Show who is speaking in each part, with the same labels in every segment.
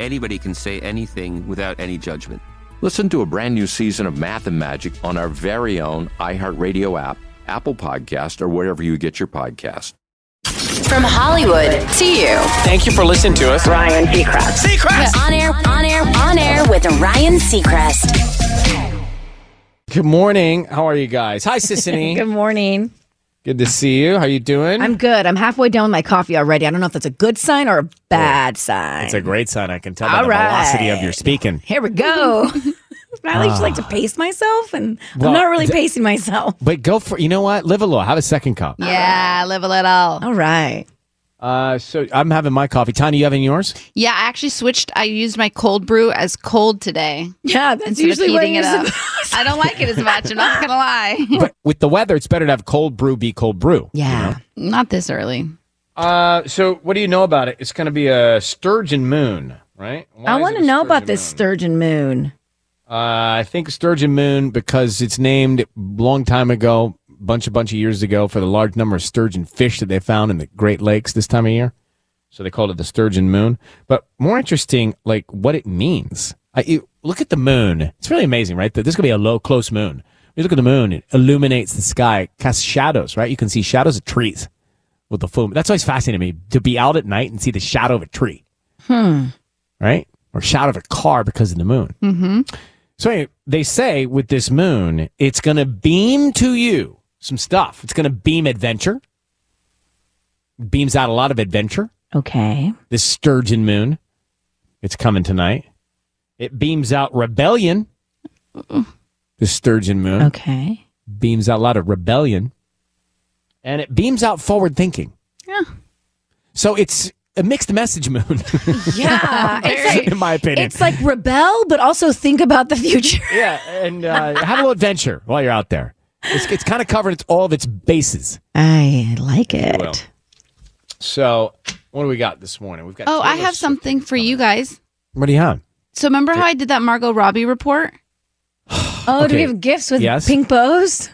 Speaker 1: anybody can say anything without any judgment.
Speaker 2: Listen to a brand new season of Math and Magic on our very own iHeartRadio app, Apple Podcast, or wherever you get your podcast.
Speaker 3: From Hollywood to you,
Speaker 4: Thank you for listening to us. Ryan Seacrest. Seacrest!
Speaker 3: on air, on air, on air with Ryan Seacrest.
Speaker 4: Good morning. How are you guys? Hi, Sissany.
Speaker 5: Good morning.
Speaker 4: Good to see you. How you doing?
Speaker 5: I'm good. I'm halfway down with my coffee already. I don't know if that's a good sign or a bad sign.
Speaker 4: it's a great sign. I can tell by
Speaker 5: All
Speaker 4: the
Speaker 5: right.
Speaker 4: velocity of your speaking.
Speaker 5: Here we go. I like, just like to
Speaker 6: Ah.
Speaker 5: pace myself, and
Speaker 4: Well,
Speaker 5: I'm not really
Speaker 4: th-
Speaker 5: pacing myself.
Speaker 4: But go for you know what? Live a little. Have a second cup.
Speaker 6: Yeah, live a little.
Speaker 5: All right.
Speaker 4: Uh, so I'm having my coffee. Tanya, you having yours?
Speaker 6: Yeah, I actually switched. I used my cold brew as cold today
Speaker 5: Yeah, that's
Speaker 6: instead
Speaker 5: usually
Speaker 6: of
Speaker 5: what
Speaker 6: heating
Speaker 5: you're
Speaker 6: it up.
Speaker 5: supposed-
Speaker 6: I don't like it as much. I'm not gonna lie.
Speaker 4: But with the weather, it's better to have cold brew be cold brew.
Speaker 5: Yeah.
Speaker 6: not this early.
Speaker 4: Uh, so what do you know about it? It's going to be a sturgeon moon, right? Why
Speaker 5: I
Speaker 4: is
Speaker 5: want
Speaker 4: it
Speaker 5: to
Speaker 4: a
Speaker 5: know about
Speaker 4: sturgeon
Speaker 5: this
Speaker 4: moon?
Speaker 5: sturgeon moon.
Speaker 4: Uh, I think Sturgeon Moon because it's named long time ago, bunch a bunch of years ago, for the large number of sturgeon fish that they found in the Great Lakes this time of year. So they called it the Sturgeon Moon. But more interesting, like what it means. I, you look at the moon; it's really amazing, right? That This could be a low, close moon. You look at the moon; it illuminates the sky, it casts shadows, right? You can see shadows of trees with the full moon. That's always fascinating to me to be out at night and see the shadow of a tree, hmm. right? Or shadow of a car because of the moon.
Speaker 7: Mm-hmm.
Speaker 4: So anyway, they say with this moon, it's going to beam to you some stuff. It's going to beam adventure. Beams out a lot of adventure.
Speaker 5: Okay.
Speaker 4: This sturgeon moon, it's coming tonight. It beams out rebellion. The sturgeon moon
Speaker 5: Okay.
Speaker 4: beams out a lot of rebellion, and it beams out forward thinking.
Speaker 6: Yeah.
Speaker 4: So it's a mixed message moon,
Speaker 6: Ah,
Speaker 5: Yeah. it's, like,
Speaker 4: in my opinion.
Speaker 5: it's like rebel, but also think about the future.
Speaker 4: yeah, and uh, have a little adventure while you're out there. It's, it's kind of covered its, all of its bases.
Speaker 5: I like
Speaker 4: will.
Speaker 5: it.
Speaker 4: So, what do we got this morning? We've got.
Speaker 6: Oh, I
Speaker 4: Taylor
Speaker 6: have
Speaker 4: Swift.
Speaker 6: something for you guys.
Speaker 4: What do you have?
Speaker 6: So remember how I did that Margot Robbie report?
Speaker 5: Oh, do we
Speaker 4: Okay.
Speaker 5: have gifts with
Speaker 4: Yes.
Speaker 5: pink bows?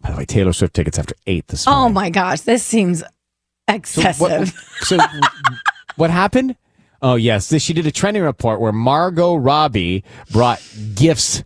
Speaker 4: By the way, Taylor Swift tickets after eight this
Speaker 5: Oh
Speaker 4: morning.
Speaker 5: my gosh, this seems excessive.
Speaker 4: What, so, what happened? Oh yes, this, she did a trending report where Margot Robbie brought gifts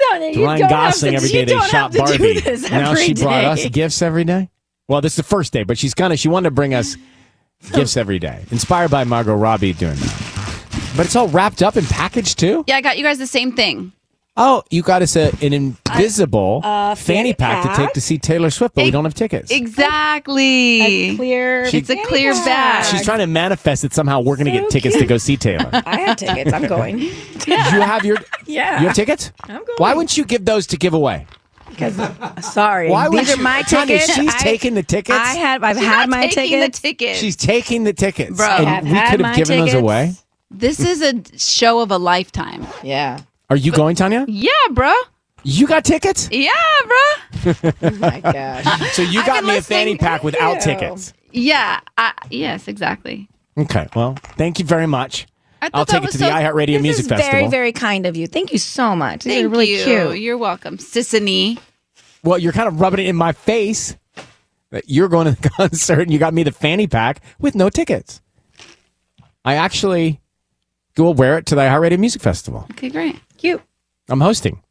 Speaker 5: No, no,
Speaker 4: to
Speaker 5: you
Speaker 4: Ryan
Speaker 5: don't
Speaker 4: Gosling
Speaker 5: have to,
Speaker 4: every day.
Speaker 5: you
Speaker 4: They
Speaker 5: don't
Speaker 4: shot
Speaker 5: have to
Speaker 4: Barbie.
Speaker 5: Do this
Speaker 4: now
Speaker 5: every
Speaker 4: she brought
Speaker 5: day.
Speaker 4: us gifts every day. Well, this is the first day, but she's gonna. She wanted to bring us gifts every day, inspired by Margot Robbie doing that. But it's all wrapped up and packaged too.
Speaker 6: Yeah, I got you guys the same thing.
Speaker 4: Oh, you got us a, an invisible
Speaker 6: uh,
Speaker 4: fanny
Speaker 6: fanny
Speaker 4: pack,
Speaker 6: pack.
Speaker 4: to take to see Taylor Swift, but we don't have tickets.
Speaker 6: Exactly.
Speaker 7: A clear.
Speaker 6: It's a clear bag.
Speaker 4: She's trying to manifest that somehow we're going to get tickets to go see Taylor.
Speaker 7: I have tickets. I'm going. you
Speaker 4: have your
Speaker 7: yeah.
Speaker 4: You have tickets?
Speaker 7: I'm
Speaker 4: Why wouldn't you give those to give away?
Speaker 7: Because sorry,
Speaker 4: Why would
Speaker 7: these are
Speaker 4: you-
Speaker 7: my
Speaker 4: Tanya,
Speaker 7: tickets.
Speaker 4: she's taking the tickets?
Speaker 7: I have. I've
Speaker 6: She's
Speaker 7: had
Speaker 6: not
Speaker 7: my
Speaker 6: taking the
Speaker 7: tickets.
Speaker 6: tickets.
Speaker 4: She's taking the tickets.
Speaker 6: Bro.
Speaker 4: and
Speaker 6: I've
Speaker 4: we
Speaker 6: had
Speaker 4: could have
Speaker 6: my
Speaker 4: given those
Speaker 6: tickets.
Speaker 4: away.
Speaker 6: This is a show of a lifetime.
Speaker 7: Yeah.
Speaker 4: Are you going, Tanya?
Speaker 6: Yeah, bro.
Speaker 4: You got tickets?
Speaker 6: Yeah, bro.
Speaker 4: my gosh. So you got me a fanny pack without tickets.
Speaker 6: Yeah. I, yes, exactly.
Speaker 4: Okay. Well, thank you very much.
Speaker 6: I thought
Speaker 4: I'll
Speaker 6: that
Speaker 4: take it
Speaker 6: was
Speaker 4: to the
Speaker 6: so-
Speaker 4: iHeartRadio
Speaker 6: This
Speaker 4: Music
Speaker 6: is
Speaker 4: Festival.
Speaker 7: Very, very kind of you. Thank you so much. These
Speaker 6: Thank
Speaker 7: are really
Speaker 6: you.
Speaker 7: cute.
Speaker 6: You're welcome, Sissany.
Speaker 4: well, you're kind of rubbing it in my face that you're going to the concert and you got me the fanny pack with no tickets. I actually will wear it to the iHeartRadio Music Festival.
Speaker 6: Okay, great.
Speaker 7: Cute.
Speaker 4: I'm hosting.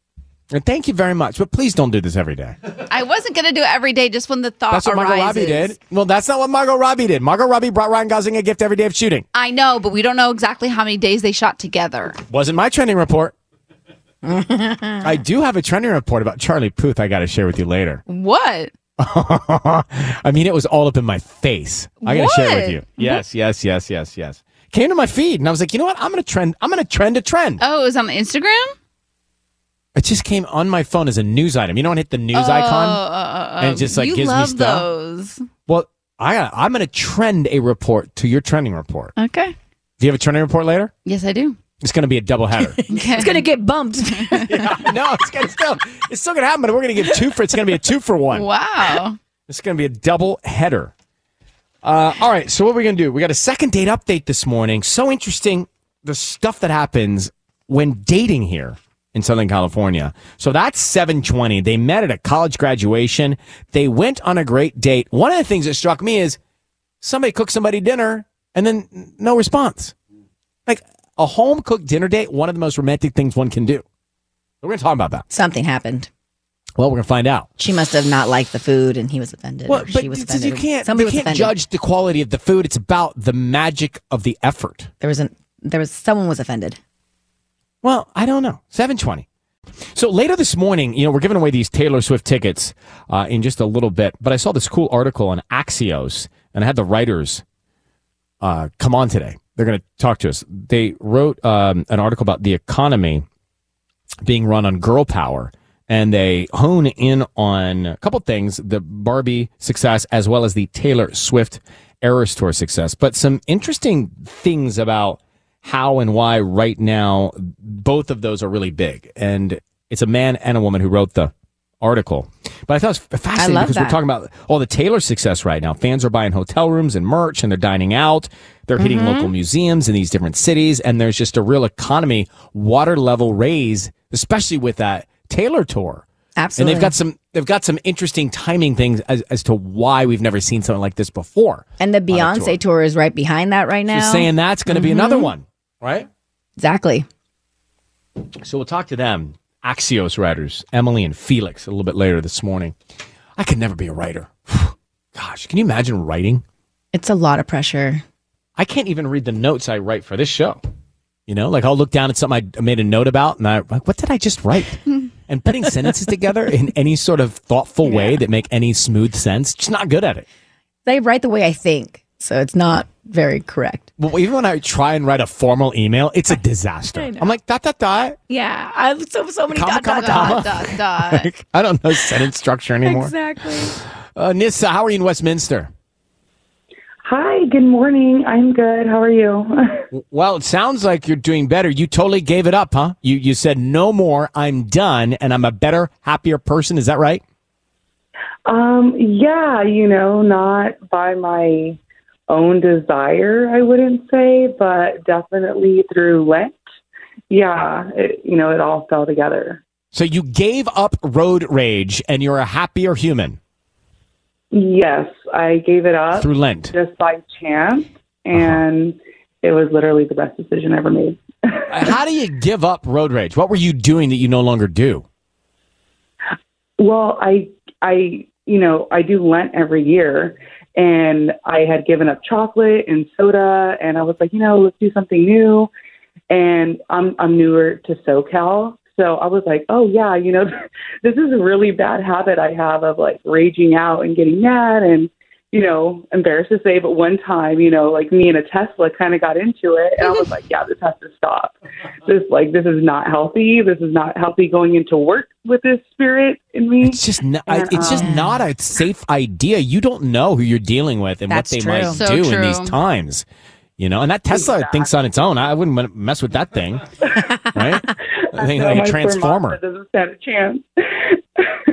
Speaker 4: And thank you very much. But please don't do this every day.
Speaker 6: I wasn't gonna do it every day, just when the thought
Speaker 4: That's what
Speaker 6: arises.
Speaker 4: Margot Robbie did. Well, that's not what Margot Robbie did. Margot Robbie brought Ryan Gosling a gift every day of shooting.
Speaker 6: I know, but we don't know exactly how many days they shot together.
Speaker 4: Wasn't my trending report. I do have a trending report about Charlie Puth I got to share with you later.
Speaker 6: What?
Speaker 4: I mean, it was all up in my face. I got to share it with
Speaker 6: What? Mm-hmm.
Speaker 4: you. Yes, yes, yes, yes, yes. Came to my feed and I was like, you know what? I'm going to trend. I'm going to trend a trend.
Speaker 6: Oh, it was on Instagram.
Speaker 4: It just came on my phone as a news item. You know, when I hit the news
Speaker 6: oh,
Speaker 4: icon.
Speaker 6: oh, oh,
Speaker 4: and it just, like,
Speaker 6: you
Speaker 4: gives me
Speaker 6: love
Speaker 4: stuff.
Speaker 6: those.
Speaker 4: Well, I I'm going to trend a report to your trending report.
Speaker 6: Okay.
Speaker 4: Do you have a trending report later?
Speaker 6: Yes, I do.
Speaker 4: It's going to be a double header.
Speaker 7: It's gonna get bumped.
Speaker 4: no, it's gonna still it's still gonna happen, but we're gonna give two for it's gonna be a two for one.
Speaker 6: Wow.
Speaker 4: It's gonna be a double header. Uh, all right, so what are we gonna do? We got a second date update this morning. So interesting the stuff that happens when dating here in Southern California. So that's 720. They met at a college graduation. They went on a great date. One of the things that struck me is somebody cooked somebody dinner and then no response. Like a home cooked dinner date, one of the most romantic things one can do. We're going to talk about that.
Speaker 5: Something happened.
Speaker 4: Well, we're going to find out.
Speaker 5: She must have not liked the food, and he was offended. or she was
Speaker 4: you
Speaker 5: offended. or
Speaker 4: can't,
Speaker 5: Somebody
Speaker 4: you
Speaker 5: was
Speaker 4: can't
Speaker 5: offended.
Speaker 4: judge the quality of the food. It's about the magic of the effort.
Speaker 5: There was an. There was someone was offended.
Speaker 4: Well, I don't know. 720. So later this morning, you know, we're giving away these Taylor Swift tickets uh, in just a little bit, but I saw this cool article on Axios, and I had the writers uh, come on today. They're going to talk to us. They wrote um, an article about the economy being run on girl power, and they hone in on a couple things the Barbie success, as well as the Taylor Swift Eras Tour success, but some interesting things about how and why right now both of those are really big. And it's a man and a woman who wrote the article. But I thought it was fascinating
Speaker 8: love
Speaker 4: because we're
Speaker 8: that.
Speaker 4: talking about all the Taylor success right now. Fans are buying hotel rooms and merch and they're dining out. They're hitting
Speaker 5: Mm-hmm.
Speaker 8: Mhm.
Speaker 4: local museums in these different cities. And there's just a real economy water level raise, especially with that Taylor tour.
Speaker 5: Absolutely.
Speaker 4: And they've got some they've got some interesting timing things as, as to why we've never seen something like this before.
Speaker 5: And the
Speaker 4: on a
Speaker 5: Beyonce tour is right behind that right now.
Speaker 4: She's saying that's going to be another
Speaker 7: Mm-hmm.
Speaker 5: Mhm.
Speaker 4: one, right?
Speaker 5: Exactly.
Speaker 4: So we'll talk to them, Axios writers, Emily and Felix, a little bit later this morning. I could never be a writer. Gosh, can you imagine writing?
Speaker 5: It's a lot of pressure.
Speaker 4: I can't even read the notes I write for this show. You know, like I'll look down at something I made a note about, and I like, what did I just write?
Speaker 6: Hmm.
Speaker 4: and putting sentences together in any sort of thoughtful way that make any smooth sense, just not good at it.
Speaker 5: They write the way I think, so it's not very correct.
Speaker 4: Well, even when I try and write a formal email, it's a disaster. I'm like dot dot dot.
Speaker 5: Yeah, I so so many
Speaker 4: Comma,
Speaker 5: dot, dot,
Speaker 4: comma,
Speaker 5: dot,
Speaker 6: dot, dot.
Speaker 4: Like, I don't know sentence structure anymore.
Speaker 5: Exactly.
Speaker 4: Uh, Nissa, how are you in Westminster?
Speaker 9: Hi, good morning. I'm good. How are you?
Speaker 4: Well, it sounds like you're doing better. You totally gave it up, huh? You you said no more. I'm done, and I'm a better, happier person. Is that right?
Speaker 9: Um, yeah, you know, not by my own desire, I wouldn't say, but definitely through Lent. Yeah, it, you know, it all fell together.
Speaker 4: So you gave up road rage, and you're a happier human.
Speaker 9: Yes, I gave it up
Speaker 4: Through Lent. Uh-huh.
Speaker 9: just by chance, and it was literally the best decision ever made.
Speaker 4: How do you give up road rage? What were you doing that you no longer do?
Speaker 9: Well, I I you know, I do Lent every year and I had given up chocolate and soda and I was like, you know, let's do something new. And I'm I'm newer to SoCal, So I was like, oh, yeah, you know, this is a really bad habit I have of like raging out and getting mad and, you know, embarrassed to say, but one time, you know, like me and a Tesla kind of got into it. And I was like, yeah, this has to stop. This, like, this is not healthy. This is not healthy going into work with this spirit in me.
Speaker 4: It's just not, I- it's just not a safe idea. You don't know who you're dealing with and
Speaker 9: That's
Speaker 4: what they
Speaker 9: true.
Speaker 4: might
Speaker 9: So
Speaker 4: do in
Speaker 9: true.
Speaker 4: these times. You know, and that Tesla thinks on its own. I wouldn't wanna mess with that thing, right? I think like a transformer.
Speaker 9: doesn't stand a chance.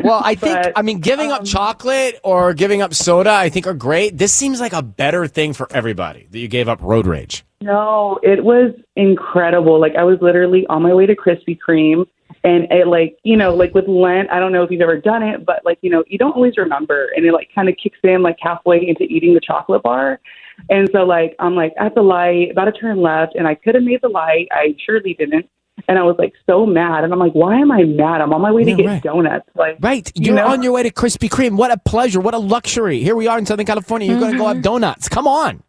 Speaker 4: Well, I think I mean giving up chocolate or giving up soda. I think are great. This seems like a better thing for everybody that you gave up road rage.
Speaker 9: No, it was incredible. Like I was literally on my way to Krispy Kreme and it like, you know, like with Lent, I don't know if you've ever done it, but like, you know, you don't always remember and it like kind of kicks in like halfway into eating the chocolate bar. And so like I'm like at the light, about to turn left and I could have made the light. I surely didn't. And I was like so mad and I'm like, why am I mad? I'm on my way to
Speaker 4: Yeah,
Speaker 9: get
Speaker 4: right.
Speaker 9: donuts. Like
Speaker 4: Right,
Speaker 9: you
Speaker 4: you're
Speaker 9: know?
Speaker 4: on your way to Krispy Kreme. What a pleasure! What a luxury! Here we are in Southern California. You're going to go have donuts. Come on,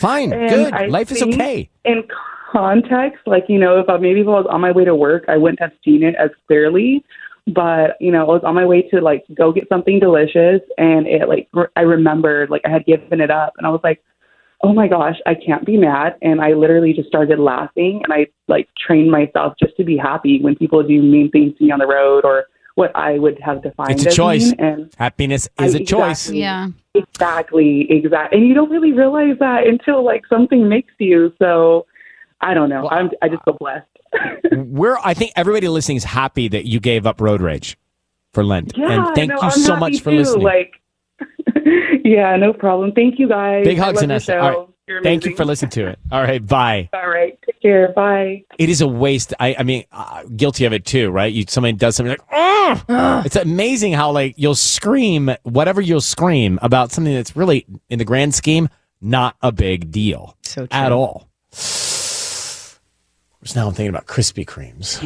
Speaker 4: fine,
Speaker 9: Mm-hmm. And
Speaker 4: good.
Speaker 9: I
Speaker 4: Life is
Speaker 9: think
Speaker 4: okay.
Speaker 9: In context, like you know, if I, maybe if I was on my way to work, I wouldn't have seen it as clearly. But you know, I was on my way to like go get something delicious, and it like re- I remembered like I had given it up, and I was like, oh my gosh, I can't be mad, and I literally just started laughing, and I like trained myself just to be happy when people do mean things to me on the road or what I would have defined
Speaker 4: It's a
Speaker 9: as
Speaker 4: choice.
Speaker 9: mean, and
Speaker 4: Happiness is
Speaker 9: I-
Speaker 4: a choice.
Speaker 9: exactly. Exactly, exactly. And you don't really realize that until like something makes you. So I don't know. I'm I just feel blessed.
Speaker 4: We're. I think everybody listening is happy that you gave up road rage for Lent.
Speaker 9: Yeah,
Speaker 4: and thank
Speaker 9: no,
Speaker 4: you
Speaker 9: I'm
Speaker 4: so
Speaker 9: happy
Speaker 4: much for
Speaker 9: too.
Speaker 4: listening.
Speaker 9: Like Yeah, no problem. Thank you guys.
Speaker 4: Big
Speaker 9: I
Speaker 4: hugs,
Speaker 9: love your
Speaker 4: Anessa.
Speaker 9: show.
Speaker 4: All right.
Speaker 9: You're
Speaker 4: Thank you
Speaker 9: amazing.
Speaker 4: for listening to it. All right, bye.
Speaker 9: All right. Take care. Bye.
Speaker 4: It is a waste. I, I mean, uh, guilty of it too, right? You somebody does something you're like,
Speaker 10: Ah!
Speaker 4: "Ugh!" it's amazing how like you'll scream whatever you'll scream about something that's really in the grand scheme not a big deal so at all. Just now I'm thinking about Krispy Kremes.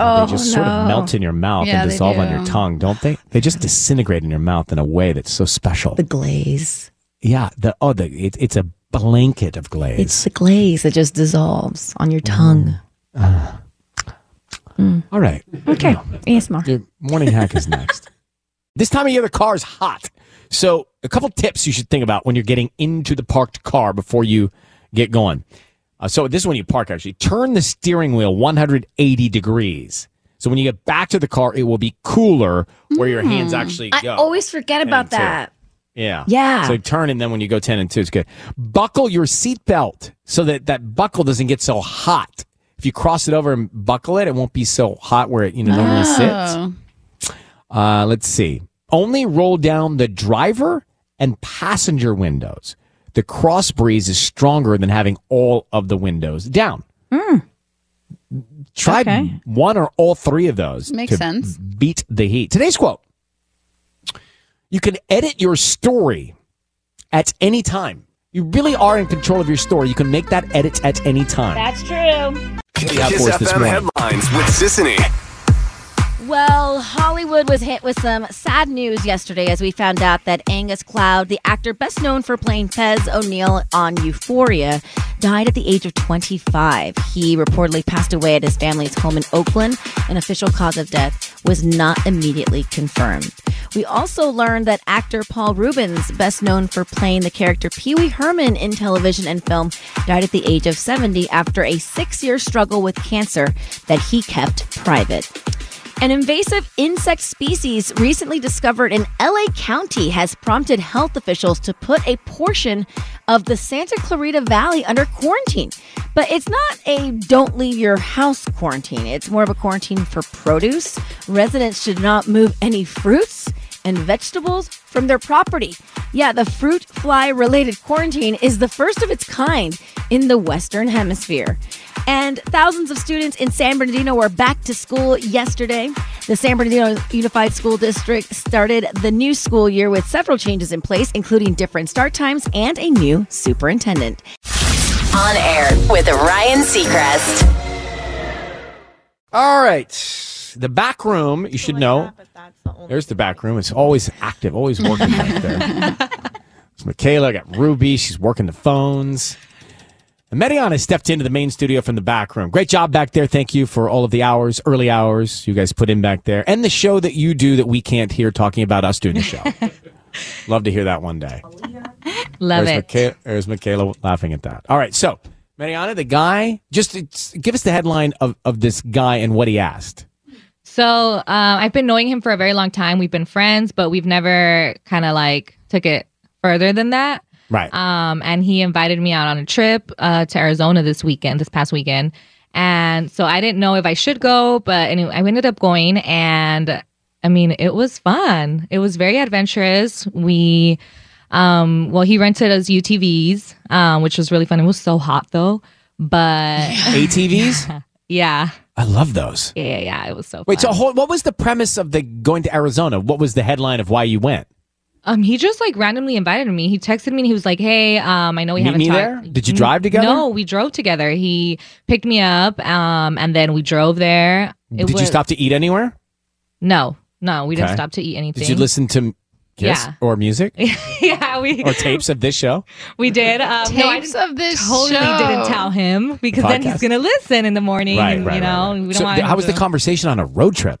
Speaker 7: Oh,
Speaker 4: they just sort of
Speaker 7: no.
Speaker 4: melt in your mouth
Speaker 7: Yeah,
Speaker 4: and
Speaker 7: they
Speaker 4: dissolve on your
Speaker 7: do.
Speaker 4: tongue, don't they? They just disintegrate in your mouth in a way that's so special. The
Speaker 11: glaze.
Speaker 4: Yeah. The oh, the it, it's a blanket of glaze.
Speaker 11: It's the glaze that just dissolves on your tongue.
Speaker 7: Mm.
Speaker 4: All right.
Speaker 11: Okay. ASMR.
Speaker 4: Your morning hack is next. this time of year, the car is hot. So, a couple tips you should think about when you're getting into the parked car before you get going. Uh, so, this is when you park, actually. Turn the steering wheel 180 degrees. So, when you get back to the car, it will be cooler where your hands
Speaker 5: Hmm.
Speaker 4: actually
Speaker 7: Hmm. I
Speaker 4: go.
Speaker 7: always forget about
Speaker 4: Ten and two.
Speaker 7: that.
Speaker 4: Yeah.
Speaker 7: Yeah.
Speaker 4: So turn and then when you go 10 and 2, it's good. Buckle your seatbelt so that that buckle doesn't get so hot. If you cross it over and buckle it, it won't be so hot where it you know, normally
Speaker 6: Oh.
Speaker 4: sits. Uh, let's see. Only roll down the driver and passenger windows. The cross breeze is stronger than having all of the windows down. Try
Speaker 6: Hmm. Okay.
Speaker 4: one or all three of those.
Speaker 6: Makes
Speaker 4: to
Speaker 6: sense.
Speaker 4: Beat the heat. Today's quote You can edit your story at any time. You really are in control of your story. You can make that edit at any time.
Speaker 5: That's true.
Speaker 4: The outpost this morning.
Speaker 12: headlines with Sissany.
Speaker 5: Well, Hollywood was hit with some sad news yesterday as we found out that Angus Cloud, the actor best known for playing Tez O'Neill on Euphoria, died at the age of 25. He reportedly passed away at his family's home in Oakland. An official cause of death was not immediately confirmed. We also learned that actor Paul Rubens, best known for playing the character Pee Wee Herman in television and film, died at the age of 70 after a six year struggle with cancer that he kept private. An invasive insect species recently discovered in LA County has prompted health officials to put a portion of the Santa Clarita Valley under quarantine. But it's not a don't leave your house quarantine, it's more of a quarantine for produce. Residents should not move any fruits and vegetables from their property. Yeah, the fruit fly related quarantine is the first of its kind in the Western Hemisphere. And thousands of students in San Bernardino were back to school yesterday. The San Bernardino Unified School District started the new school year with several changes in place, including different start times and a new superintendent.
Speaker 13: On air with Ryan Seacrest.
Speaker 4: All right. The back room, you should know. There's the back room. It's always active, always working back there. It's Michaela, I got Ruby. She's working the phones. And Mediana stepped into the main studio from the back room. Great job back there. Thank you for all of the hours, early hours you guys put in back there, and the show that you do that we can't hear talking about us doing the show. Love to hear that one day.
Speaker 8: Love
Speaker 4: there's
Speaker 8: it.
Speaker 4: Micha- there's Michaela laughing at that. All right, so Mariana, the guy, just it's, give us the headline of, of this guy and what he asked.
Speaker 14: So um, I've been knowing him for a very long time. We've been friends, but we've never kind of like took it further than that.
Speaker 4: Right.
Speaker 14: Um, and he invited me out on a trip uh, to Arizona this weekend, this past weekend. And so I didn't know if I should go, but anyway, I ended up going. And I mean, it was fun. It was very adventurous. We, um, well, he rented us UTVs, um, which was really fun. It was so hot though, but
Speaker 4: ATVs?
Speaker 14: yeah.
Speaker 4: I love those.
Speaker 14: Yeah, yeah, yeah. It was so.
Speaker 4: Wait,
Speaker 14: fun.
Speaker 4: so hold, what was the premise of the going to Arizona? What was the headline of why you went?
Speaker 14: Um, he just like randomly invited me. He texted me and he was like, "Hey, um, I know we
Speaker 4: Meet
Speaker 14: haven't
Speaker 4: me
Speaker 14: talked-
Speaker 4: there? Did you drive together?
Speaker 14: No, we drove together. He picked me up, um, and then we drove there. It
Speaker 4: Did you
Speaker 14: was-
Speaker 4: stop to eat anywhere?
Speaker 14: No, no, we
Speaker 4: Okay.
Speaker 14: didn't stop to eat anything.
Speaker 4: Did you listen to m- Kiss
Speaker 14: Yeah.
Speaker 4: or music
Speaker 14: yeah, we
Speaker 4: or tapes of this show?
Speaker 14: we did. Um, no, I
Speaker 6: Tapes
Speaker 14: didn't-
Speaker 6: of this
Speaker 14: totally
Speaker 6: show.
Speaker 14: didn't tell him because then
Speaker 4: Podcast.
Speaker 14: he's gonna listen in the morning.
Speaker 4: Right,
Speaker 14: and,
Speaker 4: right,
Speaker 14: you know,
Speaker 4: right,
Speaker 14: we don't uh,
Speaker 4: So
Speaker 14: want.
Speaker 4: th- how was the
Speaker 14: to-
Speaker 4: conversation on a road trip?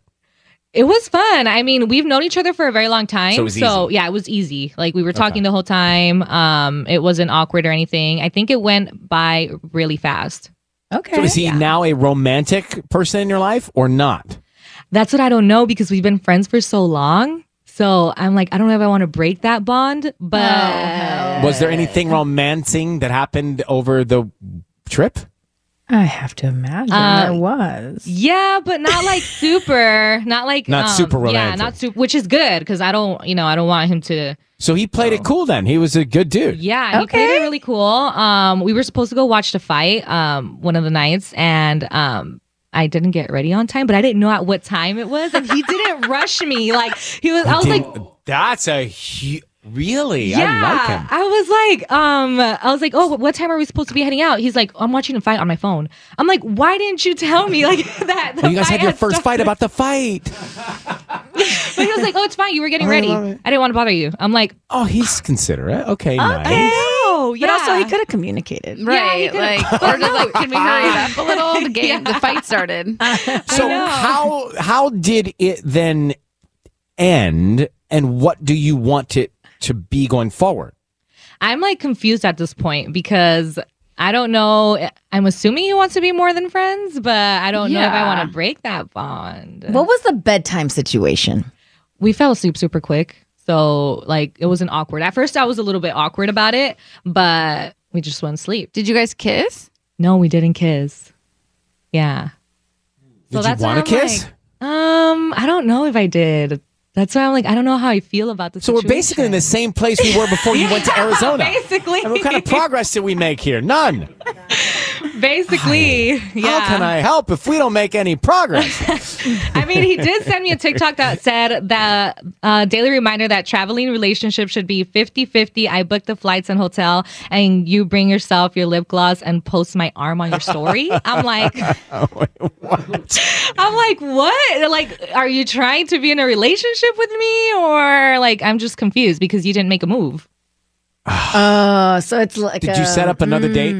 Speaker 14: It was fun. I mean, we've known each other for a very long time.
Speaker 4: So it was
Speaker 14: yeah, it was easy. Like we were
Speaker 4: Okay.
Speaker 14: talking the whole time. Um, it wasn't awkward or anything. I think it went by really fast.
Speaker 4: So is he now a romantic person in your life or not?
Speaker 14: That's what I don't know because we've been friends for so long. So I'm like, I don't know if I want to break that bond, but
Speaker 4: Was there anything romancing that happened over the trip?
Speaker 7: I have to imagine
Speaker 14: Uh,
Speaker 7: there was.
Speaker 14: yeah, but not like super, not like um,
Speaker 4: Not super
Speaker 14: Yeah,
Speaker 4: romantic.
Speaker 14: not super, which is good because I don't, you know, I don't want him to.
Speaker 4: So he played it cool then. He was a good dude.
Speaker 14: Yeah, he played it really cool. Um, we were supposed to go watch the fight um, one of the nights, and um, I didn't get ready on time, but I didn't know at what time it was, and he didn't rush me. Like he was, I was like,
Speaker 4: that's a hu- really. I like him.
Speaker 14: I was like, um, I was like, oh, what time are we supposed to be heading out? He's like, I'm watching a fight on my phone. I'm like, why didn't you tell me like that? the
Speaker 4: Well, you guys
Speaker 14: fight
Speaker 4: had your
Speaker 14: had
Speaker 4: first fight about the fight.
Speaker 14: started? But he was like, oh, it's fine. You were getting
Speaker 4: I
Speaker 14: ready.
Speaker 4: love
Speaker 14: I didn't want to bother you. I'm like,
Speaker 4: Oh, he's considerate. Okay, nice.
Speaker 14: oh, yeah.
Speaker 7: But also, he could have communicated.
Speaker 14: Right,
Speaker 6: like, or just like, can we hurry it up a little? The game, the fight started.
Speaker 4: So how how did it then end, and what do you want it to be going forward?
Speaker 14: I'm like confused at this point because I don't know. I'm assuming he wants to be more than friends, but I don't know if I
Speaker 5: Yeah.
Speaker 14: want to break that bond.
Speaker 5: What was the bedtime situation?
Speaker 14: We fell asleep super quick. So like it wasn't awkward. At first I was a little bit awkward about it, but we just went to sleep. Did you guys kiss? No, we didn't kiss. Yeah.
Speaker 4: Did you want to
Speaker 14: why I'm
Speaker 4: kiss?
Speaker 14: like, um, I don't know if I did. That's why I'm like, I don't know how I feel about this.
Speaker 4: so we're basically in the same place we were before you went to Arizona.
Speaker 14: Basically.
Speaker 4: And what kind of progress did we make here? None.
Speaker 14: basically. Yeah.
Speaker 4: How can I help if we don't make any progress?
Speaker 14: I mean, he did send me a TikTok that said that uh, daily reminder that traveling relationships should be 50 50. I book the flights and hotel, and you bring yourself your lip gloss and post my arm on your story. I'm like, I'm like, what? Like, are you trying to be in a relationship with me? Or like, I'm just confused because you didn't make a move.
Speaker 5: Oh, so it's like
Speaker 4: Did you set up
Speaker 5: mm.
Speaker 4: another date?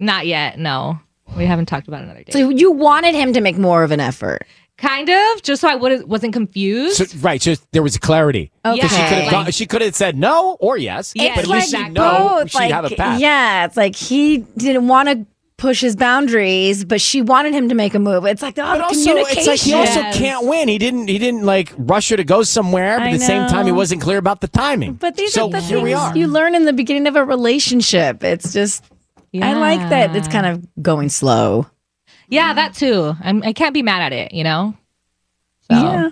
Speaker 14: Not yet. No, we haven't talked about another date.
Speaker 5: So you wanted him to make more of an effort.
Speaker 14: Kind of, just so I wouldn't- wasn't confused.
Speaker 4: So, right, so there was clarity. 'Cause She
Speaker 5: Okay.
Speaker 4: could have gone, she could have said no or yes.
Speaker 5: It's
Speaker 4: but at
Speaker 5: like
Speaker 4: least she know
Speaker 5: both.
Speaker 4: she
Speaker 5: like,
Speaker 4: have a path.
Speaker 5: Yeah, it's like he didn't want to push his boundaries, but she wanted him to make a move. It's like oh,
Speaker 4: But
Speaker 5: the
Speaker 4: also,
Speaker 5: communication.
Speaker 4: it's like he also can't win. He didn't. He didn't like rush her to go somewhere, but
Speaker 5: I
Speaker 4: at the same time, he
Speaker 5: know.
Speaker 4: wasn't clear about the timing.
Speaker 5: But these
Speaker 4: so
Speaker 5: are the
Speaker 4: here we are.
Speaker 5: things you learn in the beginning of a relationship. It's just, I like that it's kind of going slow.
Speaker 14: Mm. Yeah, that too. I'm, I can't be mad at it, you know?
Speaker 5: Yeah.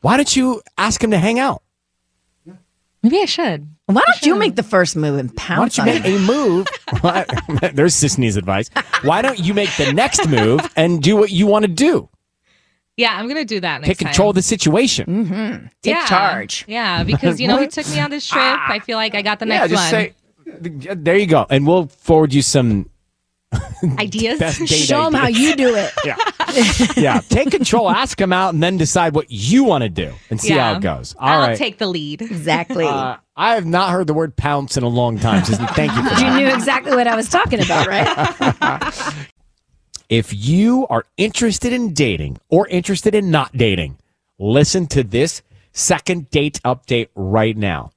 Speaker 4: Why don't you ask him to hang out?
Speaker 14: Maybe I should.
Speaker 5: Why don't you make the first move and pounce
Speaker 4: Why
Speaker 5: on
Speaker 4: don't you make
Speaker 5: it?
Speaker 4: a move? Why- There's Sisney's advice. Why don't you make the next move and do what you want to do?
Speaker 14: Yeah, I'm gonna do that next
Speaker 4: Take control of the situation.
Speaker 14: Mm-hmm.
Speaker 4: Take charge.
Speaker 14: Yeah, because you know he
Speaker 4: What?
Speaker 14: took me on this trip. I feel like I got the
Speaker 4: yeah,
Speaker 14: next
Speaker 4: just
Speaker 14: one.
Speaker 4: say. There you go, and we'll forward you some.
Speaker 14: Ideas.
Speaker 4: Best date Show 'em how ideas. you
Speaker 5: do it.
Speaker 4: Yeah. Yeah, take control, ask him out, and then decide what you want to do and see how
Speaker 14: Yeah.
Speaker 4: it goes. All
Speaker 14: I'll
Speaker 4: right.
Speaker 14: take the lead.
Speaker 5: Exactly.
Speaker 4: Uh, I have not heard the word pounce in a long time. Susan. Thank you for
Speaker 5: You
Speaker 4: that.
Speaker 5: knew exactly what I was talking about, right?
Speaker 4: If you are interested in dating or interested in not dating, listen to this second date update right now.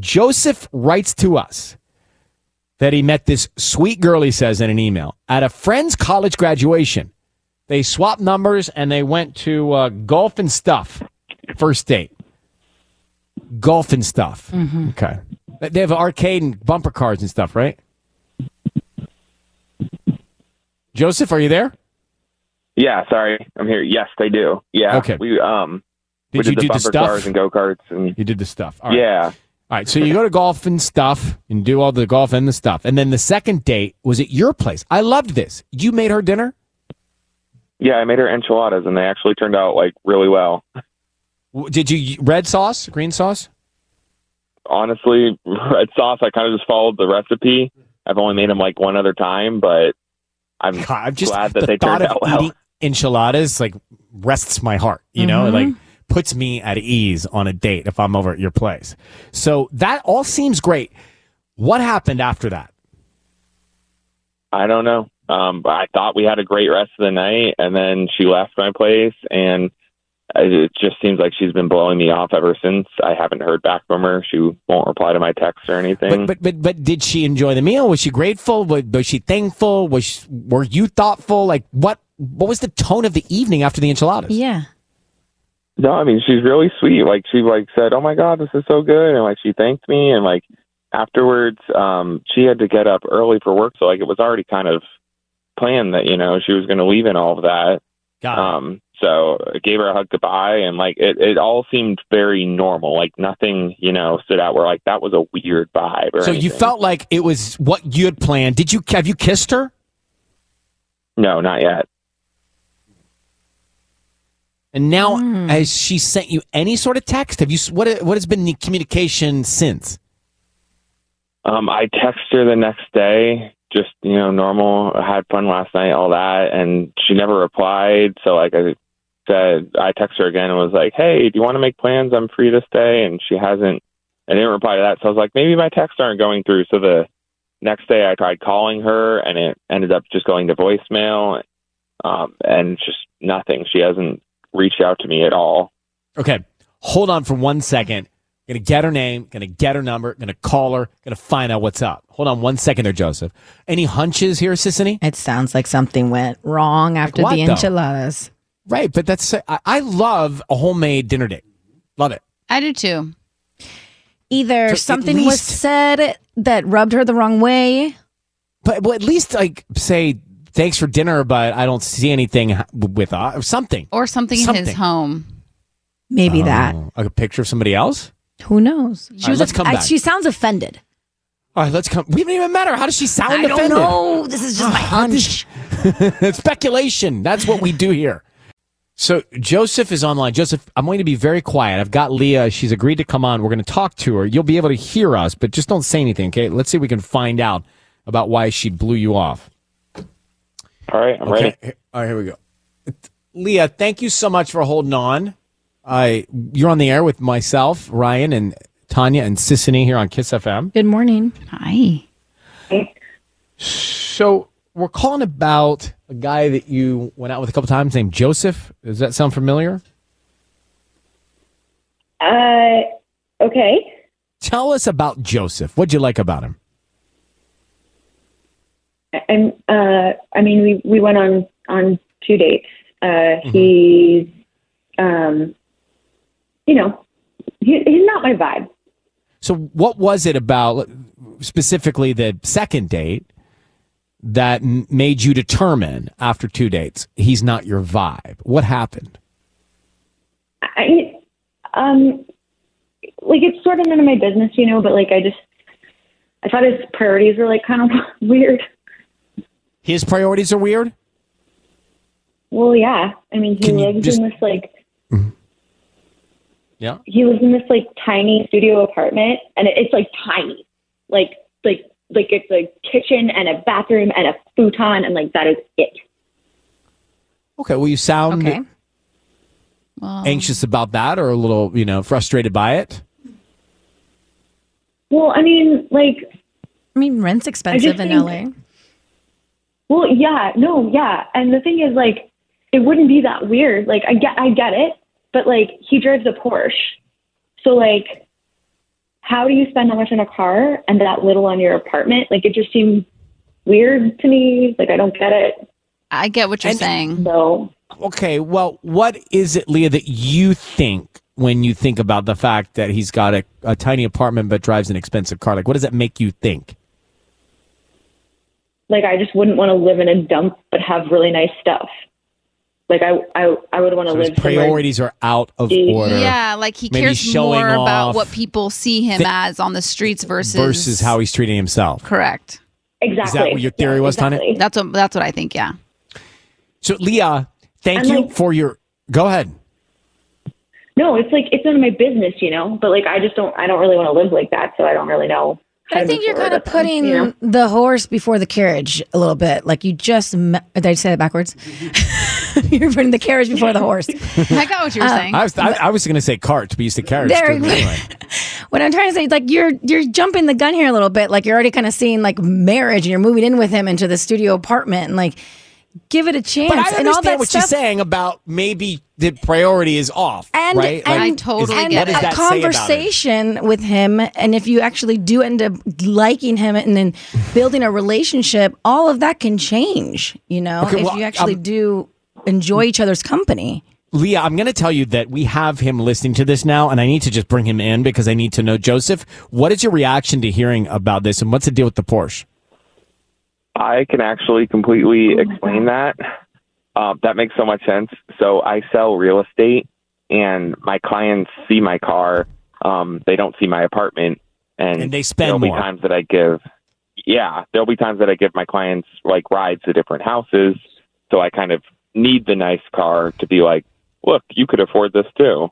Speaker 4: Joseph writes to us that he met this sweet girl, he says in an email, at a friend's college graduation. They swapped numbers and they went to uh, golf and stuff. First date. Golf and stuff. Okay. They have an arcade and bumper cars and stuff, right? Joseph, are you there?
Speaker 15: Yeah, sorry, I'm here. Yes, they do. Yeah.
Speaker 4: Okay.
Speaker 15: We um.
Speaker 4: Did
Speaker 15: we
Speaker 4: you do
Speaker 15: did
Speaker 4: the
Speaker 15: the bumper
Speaker 4: stuff?
Speaker 15: cars and go karts and
Speaker 4: you did the stuff? All right.
Speaker 15: yeah.
Speaker 4: All right, so you go to golf and stuff and do all the golf and the stuff. And then the second date was at your place. I loved this. You made her dinner?
Speaker 15: Yeah, I made her enchiladas, and they actually turned out like really well.
Speaker 4: W- Did you red sauce, green sauce?
Speaker 15: Honestly, red sauce. I kind of just followed the recipe. I've only made them like one other time, but I'm
Speaker 4: just
Speaker 15: glad that
Speaker 4: the
Speaker 15: they
Speaker 4: thought
Speaker 15: turned
Speaker 4: of
Speaker 15: out well.
Speaker 4: eating enchiladas like rests my heart, you know? It like puts me at ease on a date if I'm over at your place. So that all seems great. What happened after that?
Speaker 15: I don't know. Um, but I thought we had a great rest of the night, and then she left my place, and I- it just seems like she's been blowing me off ever since. I haven't heard back from her. She won't reply to my texts or anything.
Speaker 4: But, but but but did she enjoy the meal? Was she grateful? Was, was she thankful? Was she, were you thoughtful? Like what what was the tone of the evening after the enchiladas?
Speaker 5: Yeah.
Speaker 15: no, I mean she's really sweet. Like she like said, "Oh my god, this is so good," and like she thanked me, and like afterwards, um, she had to get up early for work, so like it was already kind of planned that you know she was going to leave and all of that. Um, so I gave her a hug goodbye, and like it, it all seemed very normal. Like nothing, you know, stood out where like that was a weird vibe. Or
Speaker 4: So you
Speaker 15: anything.
Speaker 4: felt like it was what you had planned. Did you have you kissed her?
Speaker 15: no, not yet.
Speaker 4: And now has she sent you any sort of text? Have you s- what what has been the communication since?
Speaker 15: Um, I texted her the next day, just you know, normal. I had fun last night, all that, and she never replied. So like I said, I texted her again and was like, "Hey, do you want to make plans? I'm free this day," and she hasn't. I didn't reply to that, so I was like, maybe my texts aren't going through. So the next day, I tried calling her, and it ended up just going to voicemail, um, and just nothing. She hasn't reached out to me at all.
Speaker 4: Okay, hold on for one second. Gonna get her name, gonna get her number, gonna call her, gonna find out what's up. Hold on one second there, Joseph. Any hunches here, Sissany?
Speaker 5: It sounds like something went wrong after
Speaker 4: what,
Speaker 5: the
Speaker 4: though?
Speaker 5: enchiladas.
Speaker 4: Right, but that's I, I love a homemade dinner date. Love it.
Speaker 5: I do too. Either
Speaker 4: So at
Speaker 5: something was
Speaker 4: least-
Speaker 5: said that rubbed her the wrong way.
Speaker 4: But well, at least like say thanks for dinner, but I don't see anything h- with uh, or something.
Speaker 6: or something, in
Speaker 4: Something.
Speaker 6: his home.
Speaker 5: Maybe that.
Speaker 4: Oh, like a picture of somebody else.
Speaker 5: Who knows?
Speaker 4: She All right, was let's come
Speaker 5: I-
Speaker 4: back.
Speaker 5: She sounds offended.
Speaker 4: All right, let's come. We haven't even met her. How does she sound
Speaker 5: I don't
Speaker 4: offended?
Speaker 5: know. This is just my hunch.
Speaker 4: Speculation. That's what we do here. So Joseph is online. Joseph, I'm going to be very quiet. I've got Leah. She's agreed to come on. We're going to talk to her. You'll be able to hear us, but just don't say anything, okay? Let's see if we can find out about why she blew you off.
Speaker 15: All right, I'm ready.
Speaker 4: All right, here we go. Leah, thank you so much for holding on. I you're on the air with myself, Ryan, and Tanya and Sissany here on Kiss FM.
Speaker 5: Good morning.
Speaker 6: Hi.
Speaker 4: So we're calling about a guy that you went out with a couple times named Joseph. Does that sound familiar?
Speaker 16: Uh, okay.
Speaker 4: Tell us about Joseph. What'd you like about him?
Speaker 16: I'm. Uh, I mean, we we went on on two dates. Uh,
Speaker 4: Mm-hmm.
Speaker 16: he's, um, you know, he, he's not my vibe.
Speaker 4: So what was it about specifically the second date that m- made you determine after two dates he's not your vibe? What happened?
Speaker 16: I, um, like it's sort of none of my business, you know. But like, I just, I thought his priorities were like kind of weird.
Speaker 4: His priorities are weird.
Speaker 16: Well, yeah. I mean, he
Speaker 4: Can you
Speaker 16: lives
Speaker 4: just-
Speaker 16: in this like
Speaker 4: Yeah.
Speaker 16: he lives in this like tiny studio apartment and it, it's like tiny like like like it's a kitchen and a bathroom and a futon and like that is it
Speaker 4: Okay. Well, you sound anxious about that or a little, you know, frustrated by it.
Speaker 16: Well, I mean, like,
Speaker 5: I mean, rent's expensive in LA.
Speaker 16: Well, yeah, no, yeah. And the thing is, like, it wouldn't be that weird. Like, I get, I get it, but like, he drives a Porsche, so like, how do you spend that much on a car and that little on your apartment? Like, it just seems weird to me. Like, I don't get it.
Speaker 6: I get what you're saying.
Speaker 16: So
Speaker 4: Okay, well, what is it, Leah, that you think when you think about the fact that he's got a, a tiny apartment but drives an expensive car? Like, what does that make you think?
Speaker 16: like I just wouldn't want to live in a dump but have really nice stuff. Like I I I would want to
Speaker 4: So his
Speaker 16: live somewhere.
Speaker 4: priorities are out of
Speaker 16: Yeah,
Speaker 4: order.
Speaker 6: Yeah, like he
Speaker 4: Maybe
Speaker 6: cares
Speaker 4: showing
Speaker 6: more about
Speaker 4: off
Speaker 6: what people see him
Speaker 4: thi-
Speaker 6: as on the streets versus
Speaker 4: versus how he's treating himself.
Speaker 6: correct.
Speaker 4: Is that what your theory was, Tanya?
Speaker 6: That's what that's what I think. Yeah.
Speaker 4: So, Leah, thank
Speaker 16: And,
Speaker 4: you
Speaker 16: like-
Speaker 4: for your. Go ahead.
Speaker 16: No, it's like it's none of my business, you know. But like I just don't I don't really want to live like that, so I don't really know. how
Speaker 5: I
Speaker 16: to
Speaker 5: think
Speaker 16: move
Speaker 5: you're
Speaker 16: forward
Speaker 5: kind of
Speaker 16: with them,
Speaker 5: putting
Speaker 16: you know?
Speaker 5: the horse before the carriage a little bit. Like you just, me- did I say that backwards? you're putting the carriage before the horse. Uh,
Speaker 6: I got what you
Speaker 16: Uh,
Speaker 6: were saying.
Speaker 4: I was I, I was going to say cart, but you used to carriage.
Speaker 5: There-
Speaker 4: didn't you, anyway.
Speaker 5: What I'm trying to say, is, like you're you're jumping the gun here a little bit. Like you're already kind of seeing like marriage, and you're moving in with him into the studio apartment, and like give it a chance.
Speaker 4: But I
Speaker 5: and all
Speaker 4: understand
Speaker 5: that
Speaker 4: what
Speaker 5: stuff,
Speaker 4: you're saying about maybe the priority is off,
Speaker 5: And,
Speaker 4: right?
Speaker 5: and
Speaker 4: Like, is-
Speaker 5: and
Speaker 4: what does
Speaker 5: a
Speaker 4: that say about it?
Speaker 5: conversation with him, and if you actually do end up liking him and then building a relationship, all of that can change. You know,
Speaker 4: Okay,
Speaker 5: if
Speaker 4: well,
Speaker 5: you actually
Speaker 4: um,
Speaker 5: do enjoy each other's company.
Speaker 4: Leah, I'm going to tell you that we have him listening to this now, and I need to just bring him in because I need to know Joseph. What is your reaction to hearing about this, and what's the deal with the Porsche?
Speaker 15: I can actually completely explain that. Uh, that makes so much sense. So I sell real estate, and my clients see my car. Um, they don't see my apartment, and,
Speaker 4: And they spend
Speaker 15: there'll
Speaker 4: more.
Speaker 15: Be times that I give, yeah, there'll be times that I give my clients like rides to different houses. So I kind of need the nice car to be like, look, you could afford this too.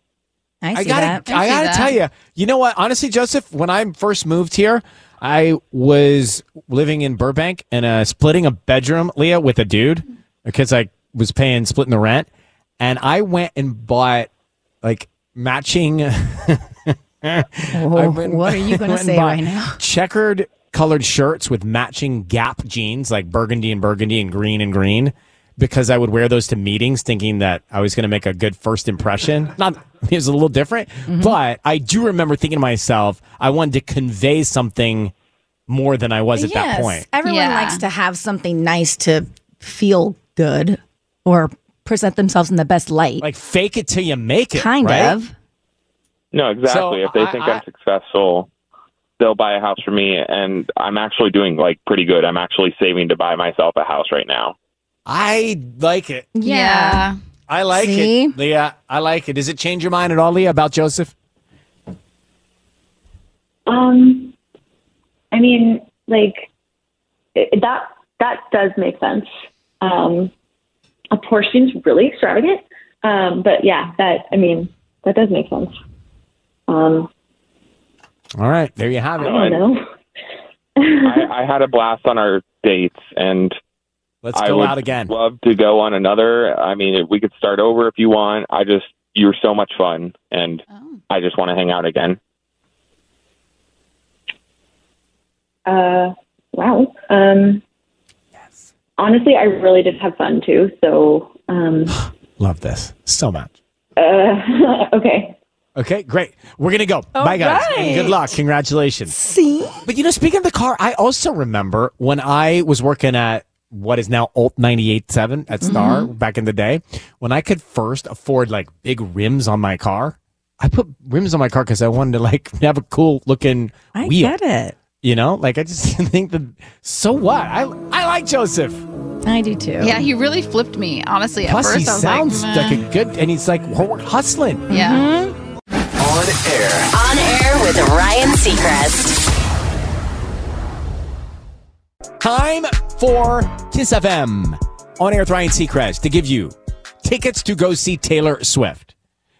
Speaker 5: I,
Speaker 4: gotta,
Speaker 15: that. I
Speaker 4: I,
Speaker 15: see
Speaker 4: gotta
Speaker 15: that.
Speaker 4: tell you, you know what? Honestly, Joseph, when I first moved here, I was living in Burbank and uh, splitting a bedroom, Leah, with a dude because I was paying splitting the rent, and I went and bought like matching.
Speaker 7: Oh,
Speaker 4: I went-
Speaker 5: what are you gonna
Speaker 4: went and
Speaker 5: say
Speaker 4: bought
Speaker 5: right now?
Speaker 4: Checkered colored shirts with matching Gap jeans, like burgundy and burgundy and green and green. Because I would wear those to meetings thinking that I was going to make a good first impression. Not, it was a little different,
Speaker 5: Mm-hmm.
Speaker 4: but I do remember thinking to myself, I wanted to convey something more than I was at that point.
Speaker 5: Everyone likes to have something nice to feel good or present themselves in the best light.
Speaker 4: Like fake it till you make it.
Speaker 5: Kind
Speaker 15: right?
Speaker 5: of.
Speaker 15: No, exactly.
Speaker 4: So
Speaker 15: if they
Speaker 4: I-
Speaker 15: think
Speaker 4: I-
Speaker 15: I, am successful, they'll buy a house for me, and I'm actually doing like pretty good. I'm actually saving to buy myself a house right now.
Speaker 4: I like it.
Speaker 6: Yeah.
Speaker 4: I like
Speaker 5: See?
Speaker 4: it, Leah. I like it. Does it change your mind at all, Leah, about Joseph?
Speaker 16: Um, I mean, like it, that that does make sense. Um, a Porsche seems really extravagant, um, but yeah, that I mean that does make sense. Um,
Speaker 4: All right, there you have it.
Speaker 15: I don't know. I, I had a blast on our dates, and
Speaker 4: Let's
Speaker 15: I
Speaker 4: go
Speaker 15: would
Speaker 4: out again.
Speaker 15: Love to go on another. I mean, we could start over if you want. I just you're so much fun, and I just want to hang out again.
Speaker 16: uh, wow. Um, Honestly, I really did have fun too. So, um,
Speaker 4: Love this so much.
Speaker 16: uh, okay.
Speaker 4: Okay, great. We're gonna go. Bye, guys. And good
Speaker 16: right.
Speaker 4: luck. Congratulations. See. But you know, speaking of the car, I also remember when I was working at what is now Alt 98.7 at Star
Speaker 5: Mm-hmm.
Speaker 4: back in the day, when I could first afford like big rims on my car. I put rims on my car because I wanted to like have a cool looking
Speaker 5: I
Speaker 4: wheel.
Speaker 5: get it.
Speaker 4: You know, like I just think that. So what? I I like Joseph.
Speaker 5: I do too.
Speaker 6: Yeah, he really flipped me. Honestly, at
Speaker 4: Plus,
Speaker 6: first
Speaker 4: he
Speaker 6: I was
Speaker 4: sounds
Speaker 6: like,
Speaker 4: like,
Speaker 6: "Meh."
Speaker 4: a good, and he's like hu- hustling.
Speaker 6: yeah.
Speaker 5: Mm-hmm.
Speaker 3: On air. On air with Ryan Seacrest.
Speaker 4: Time for Kiss FM on air with Ryan Seacrest to give you tickets to go see Taylor Swift.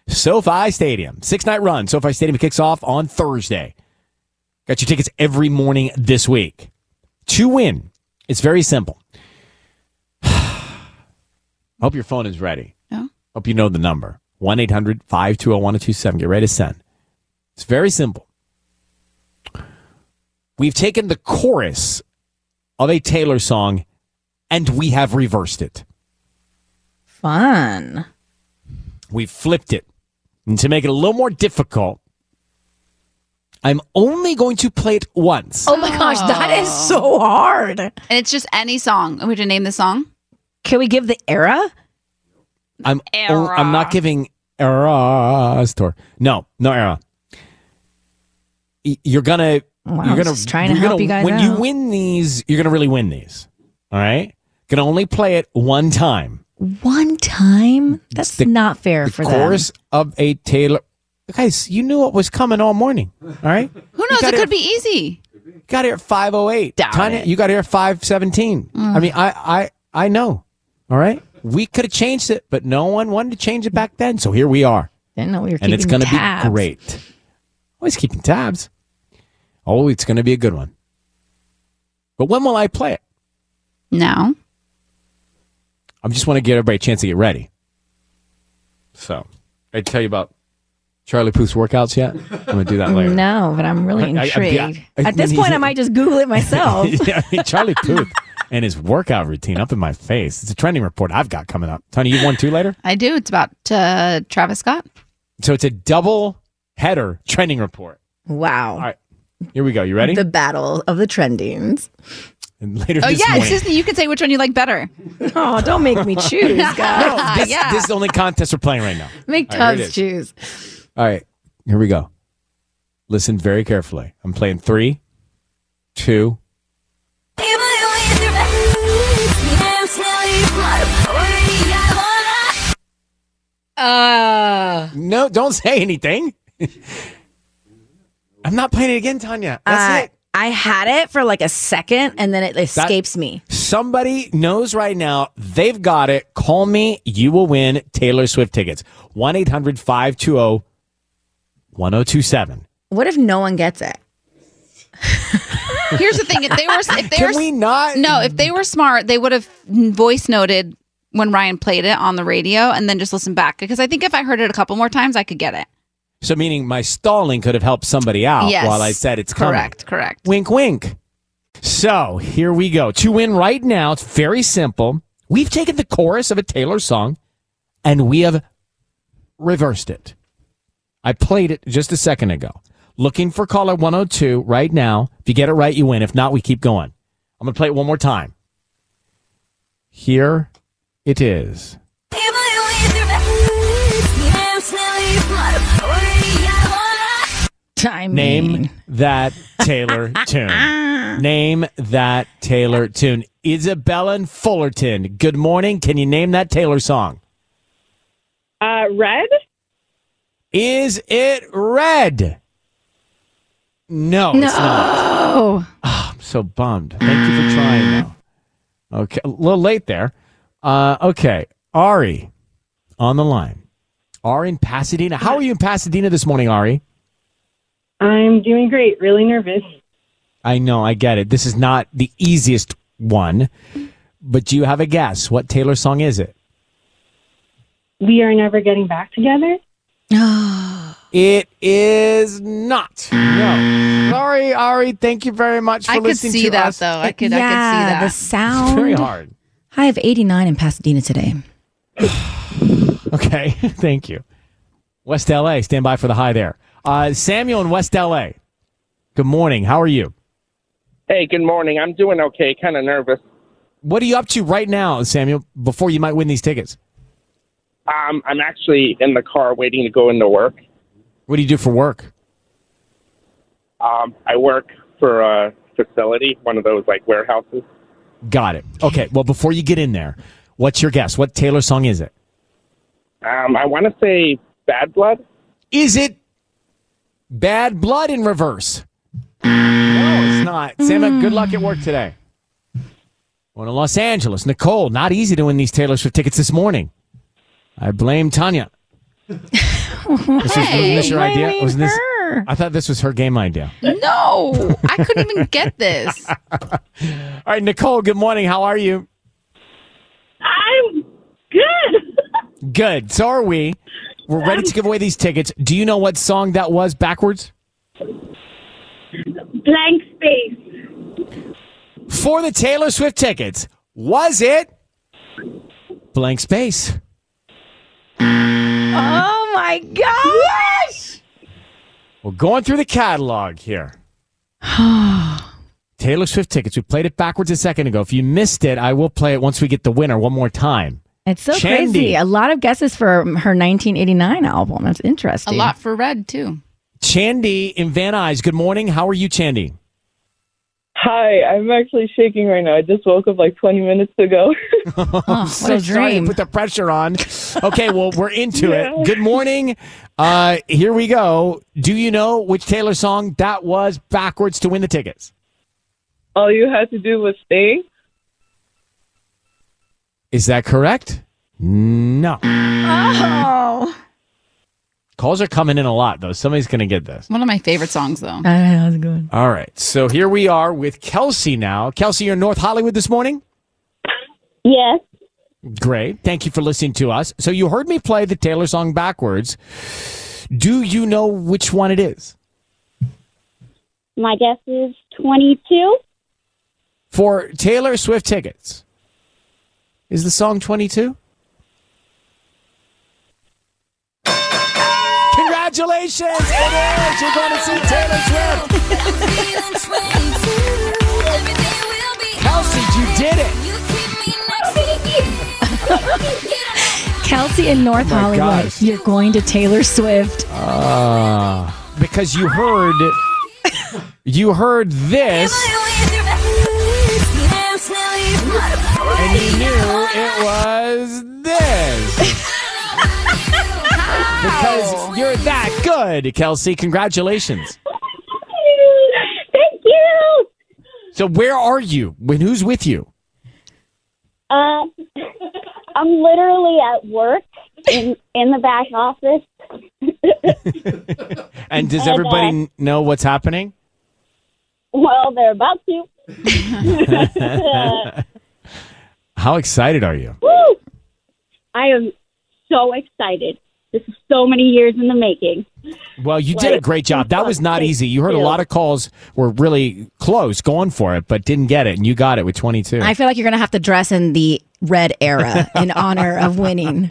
Speaker 4: SoFi Stadium, six night run. SoFi Stadium kicks off on Thursday. Got your tickets every morning this week. To win, it's very simple. Hope your phone is ready.
Speaker 6: Yeah.
Speaker 4: Hope you know the number 1 800 520 1027. Get ready to send. It's very simple. We've taken the chorus of a Taylor song and we have reversed it.
Speaker 5: Fun.
Speaker 4: We flipped it. And to make it a little more difficult, I'm only going to play it once.
Speaker 5: Oh my gosh, that is so hard. And
Speaker 6: it's just any song. Are we to name the song?
Speaker 5: Can we give the era?
Speaker 4: I'm oh, I'm not giving era store. No, no era. Y- You're gonna
Speaker 5: Wow, I
Speaker 4: you're
Speaker 5: was
Speaker 4: gonna
Speaker 5: just trying to
Speaker 4: you're
Speaker 5: help
Speaker 4: gonna-
Speaker 5: you guys
Speaker 4: when
Speaker 5: out.
Speaker 4: you win these, you're gonna really win these. All right, gonna only play it one time.
Speaker 5: One time? That's not fair for
Speaker 4: Chorus
Speaker 5: that.
Speaker 4: of a Taylor. Guys, you knew what was coming all morning. All right,
Speaker 6: Who knows? It could be easy.
Speaker 4: Got here at five oh eight. Tanya, you got here at five seventeen. I mean, I I I know. All right, we could have changed it, but no one wanted to change it back then. So here we are.
Speaker 5: Didn't know we were
Speaker 4: and it's
Speaker 5: keeping
Speaker 4: gonna
Speaker 5: tabs.
Speaker 4: be great. Always keeping tabs. Oh, it's going to be a good one. But when will I play it?
Speaker 6: No.
Speaker 4: I just want to give everybody a chance to get ready. So, I tell you about Charlie Puth's workouts yet? I'm going to do that later.
Speaker 5: No, but I'm really
Speaker 4: I- I- I-
Speaker 5: intrigued.
Speaker 4: I
Speaker 5: At this
Speaker 4: mean,
Speaker 5: point,
Speaker 4: he's-
Speaker 5: I might just Google it myself.
Speaker 4: yeah, I mean, Charlie Puth and his workout routine up in my face. It's a trending report I've got coming up. Tony, you want two later?
Speaker 6: I do. It's about uh, Travis Scott.
Speaker 4: So, it's a double header trending report.
Speaker 5: Wow.
Speaker 4: All right. Here we go. You ready?
Speaker 5: The battle of the trendings.
Speaker 4: and later
Speaker 6: oh
Speaker 4: this
Speaker 6: yeah,
Speaker 4: morning.
Speaker 6: Susan, you could say which one you like better.
Speaker 5: Oh, don't make me choose, guys.
Speaker 4: this, this is the only contest we're playing right now.
Speaker 5: Make
Speaker 4: All right, here it
Speaker 5: Tubbs
Speaker 4: is.
Speaker 5: choose.
Speaker 4: All right, here we go. Listen very carefully. I'm playing three, two.
Speaker 5: Uh,
Speaker 4: no, don't say anything. I'm not playing it again, Tanya.
Speaker 5: I,
Speaker 4: That's
Speaker 5: Uh, I had it for like a second and then it escapes me.
Speaker 4: it. Somebody knows right now they've got it. Call me. You will win Taylor Swift tickets. 1 800 520 1027.
Speaker 5: What if no one gets it?
Speaker 6: Here's the thing: if they were, if they
Speaker 5: Can
Speaker 6: were,
Speaker 5: we
Speaker 4: not?
Speaker 6: No, if they were smart, they would have voice noted when Ryan played it on the radio and then just listened back. Because I think if I heard it a couple more times, I could get it.
Speaker 4: So, meaning my stalling could have helped somebody
Speaker 5: Oh,
Speaker 4: out
Speaker 6: Yes.
Speaker 4: while I said it's coming.
Speaker 6: Correct. Correct.
Speaker 4: Wink, wink. So here we go. To win right now, it's very simple. We've taken the chorus of a Taylor song and we have reversed it. I played it just a second ago. Looking for caller 102 right now. If you get it right, you win. If not, we keep going. I'm going to play it one more time. Here it is.
Speaker 5: I
Speaker 4: Name that Taylor tune. Name that Taylor tune. Isabella and Fullerton. Good morning. Can you name that Taylor song?
Speaker 10: Uh, red?
Speaker 4: Is it red? No, it's not.
Speaker 6: Oh.
Speaker 4: Ah, I'm so bummed. Thank you for trying though. Okay. A little late there. Uh, okay. Ari on the line. Ari in Pasadena. How are you in Pasadena this morning, Ari?
Speaker 10: I'm doing great. Really nervous.
Speaker 4: I know, I get it. This is not the easiest one, but do you have a guess? What Taylor song is it?
Speaker 10: We are never getting back together.
Speaker 4: It is not. No. Sorry, Ari. Thank you very much for
Speaker 6: I could
Speaker 4: listening
Speaker 6: see
Speaker 4: to
Speaker 6: that
Speaker 4: us.
Speaker 6: though. I could. I could see
Speaker 5: Yeah,
Speaker 6: that.
Speaker 5: the sound.
Speaker 4: It's very hard.
Speaker 5: High of 89 in Pasadena today.
Speaker 4: Okay. Thank you. West LA, stand by for the high there. Uh, Samuel in West LA. Good morning. How are you?
Speaker 17: Hey, good morning. I'm doing okay. Kind of nervous.
Speaker 4: What are you up to right now, Samuel, before you might win these tickets?
Speaker 17: Um, I'm actually in the car waiting to go into work.
Speaker 4: What do you do for work?
Speaker 17: Um, I work for a facility, one of those like warehouses.
Speaker 4: Got it. Okay. Well, before you get in there, what's your guess? What Taylor song is it?
Speaker 17: Um, I want to say Bad Blood.
Speaker 4: Is it Bad Blood in reverse? No, it's not. Sam, good luck at work today. One in Los Angeles. Nicole, not easy to win these Taylor Swift tickets this morning. I blame Tanya. This was, wasn't this your
Speaker 6: Hey,
Speaker 4: idea?
Speaker 6: blaming
Speaker 4: Wasn't this?
Speaker 6: her.
Speaker 4: I thought this was her game idea.
Speaker 6: No, I couldn't even get this.
Speaker 4: All right, Nicole. Good morning. How are you?
Speaker 10: I'm good.
Speaker 4: Good. So are we. We're ready to give away these tickets. Do you know what song that was backwards?
Speaker 18: Blank space.
Speaker 4: For the Taylor Swift tickets, was it blank space?
Speaker 7: Oh my gosh!
Speaker 4: We're going through the catalog here. Taylor Swift tickets. We played it backwards a second ago. If you missed it, I will play it once we get the winner one more time.
Speaker 5: It's so
Speaker 4: Chandy.
Speaker 5: crazy. A lot of guesses for her 1989 album. That's
Speaker 6: A
Speaker 5: interesting.
Speaker 6: lot for red too.
Speaker 4: Chandy in Van Nuys. Good morning. How are you, Chandy?
Speaker 19: Hi, I'm actually shaking right now. I just woke up like 20 minutes ago.
Speaker 6: Oh,
Speaker 4: I'm so sorry to put the pressure on. Okay, well, we're into
Speaker 19: Yeah.
Speaker 4: it. Good morning. Uh, here we go. Do you know which Taylor song that was backwards to win the tickets?
Speaker 19: All you had to do was stay.
Speaker 4: Is that correct? No.
Speaker 6: Oh.
Speaker 4: Calls are coming in a lot, though. Somebody's going to get this.
Speaker 6: One of my favorite songs though.
Speaker 7: how's it going?
Speaker 4: All right. So here we are with Kelsey now. Kelsey, you're in North Hollywood this morning?
Speaker 18: Yes.
Speaker 4: Great. Thank you for listening to us. So you heard me play the Taylor song backwards. Do you know which one it is?
Speaker 18: My guess is 22.
Speaker 4: For Taylor Swift tickets, is the song 22? Congratulations! It is! You're going to see Taylor Swift! Kelsey, you did it!
Speaker 5: Kelsey in North
Speaker 4: my
Speaker 5: Hollywood.
Speaker 4: gosh. Oh,
Speaker 5: You're going to Taylor Swift.
Speaker 4: Ah, because you heard, you heard this, and you knew it was this. because you're that good, Kelsey. Congratulations.
Speaker 18: Thank you.
Speaker 4: So where are you? When who's with you?
Speaker 18: Uh, I'm literally at work in, in the back office.
Speaker 4: And does
Speaker 18: Uh, no.
Speaker 4: everybody kn- know what's happening?
Speaker 18: Well, they're about to.
Speaker 4: How excited are you?
Speaker 18: Woo! I am so excited. This is so many years in the making.
Speaker 4: Well, you did a great job. That was not easy. You heard a lot of calls were really close, going for it, but didn't get it, and you got it with 22.
Speaker 5: I feel like you're going to have to dress in the red era in honor of winning.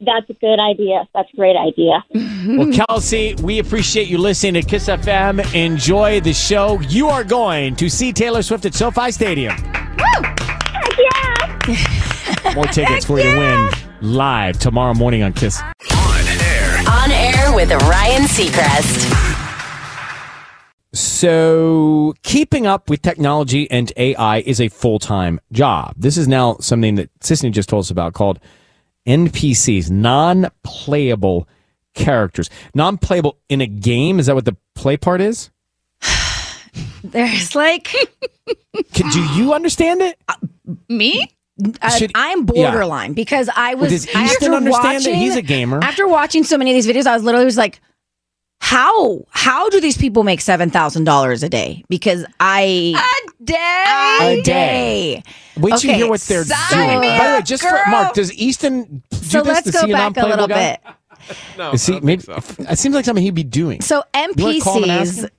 Speaker 18: That's a good idea. That's a great idea.
Speaker 4: Well, Kelsey, we appreciate you listening to Kiss FM. Enjoy the show. You are going to see Taylor Swift at SoFi Stadium. More tickets for you to win live tomorrow morning on Kiss.
Speaker 3: On air with Ryan Seacrest.
Speaker 4: So, keeping up with technology and AI is a full time job. This is now something that Sisney just told us about called NPCs, non playable characters. Non playable in a game? Is that what the play part is?
Speaker 5: There's like.
Speaker 4: Can- Do you understand it?
Speaker 5: Me?
Speaker 4: Should-
Speaker 5: I'm Uh, borderline because I was.
Speaker 4: Does
Speaker 5: I-
Speaker 4: Easton
Speaker 5: after
Speaker 4: understand that
Speaker 5: watching,
Speaker 4: he's a gamer?
Speaker 5: After watching so many of these videos, I was literally was like, "How? How do these people make seven thousand dollars a day? Because I a day,
Speaker 4: A day. Wait till you hear what they're doing. By the way, just for Mark, does Easton do
Speaker 5: So
Speaker 4: this
Speaker 5: let's
Speaker 4: to
Speaker 5: go
Speaker 4: see
Speaker 5: back a
Speaker 4: non-playable
Speaker 5: little
Speaker 4: guy?
Speaker 20: No,
Speaker 4: Is he, maybe, It seems like something he'd be doing.
Speaker 5: So
Speaker 4: You wanna call him and ask
Speaker 5: NPCs,
Speaker 4: him?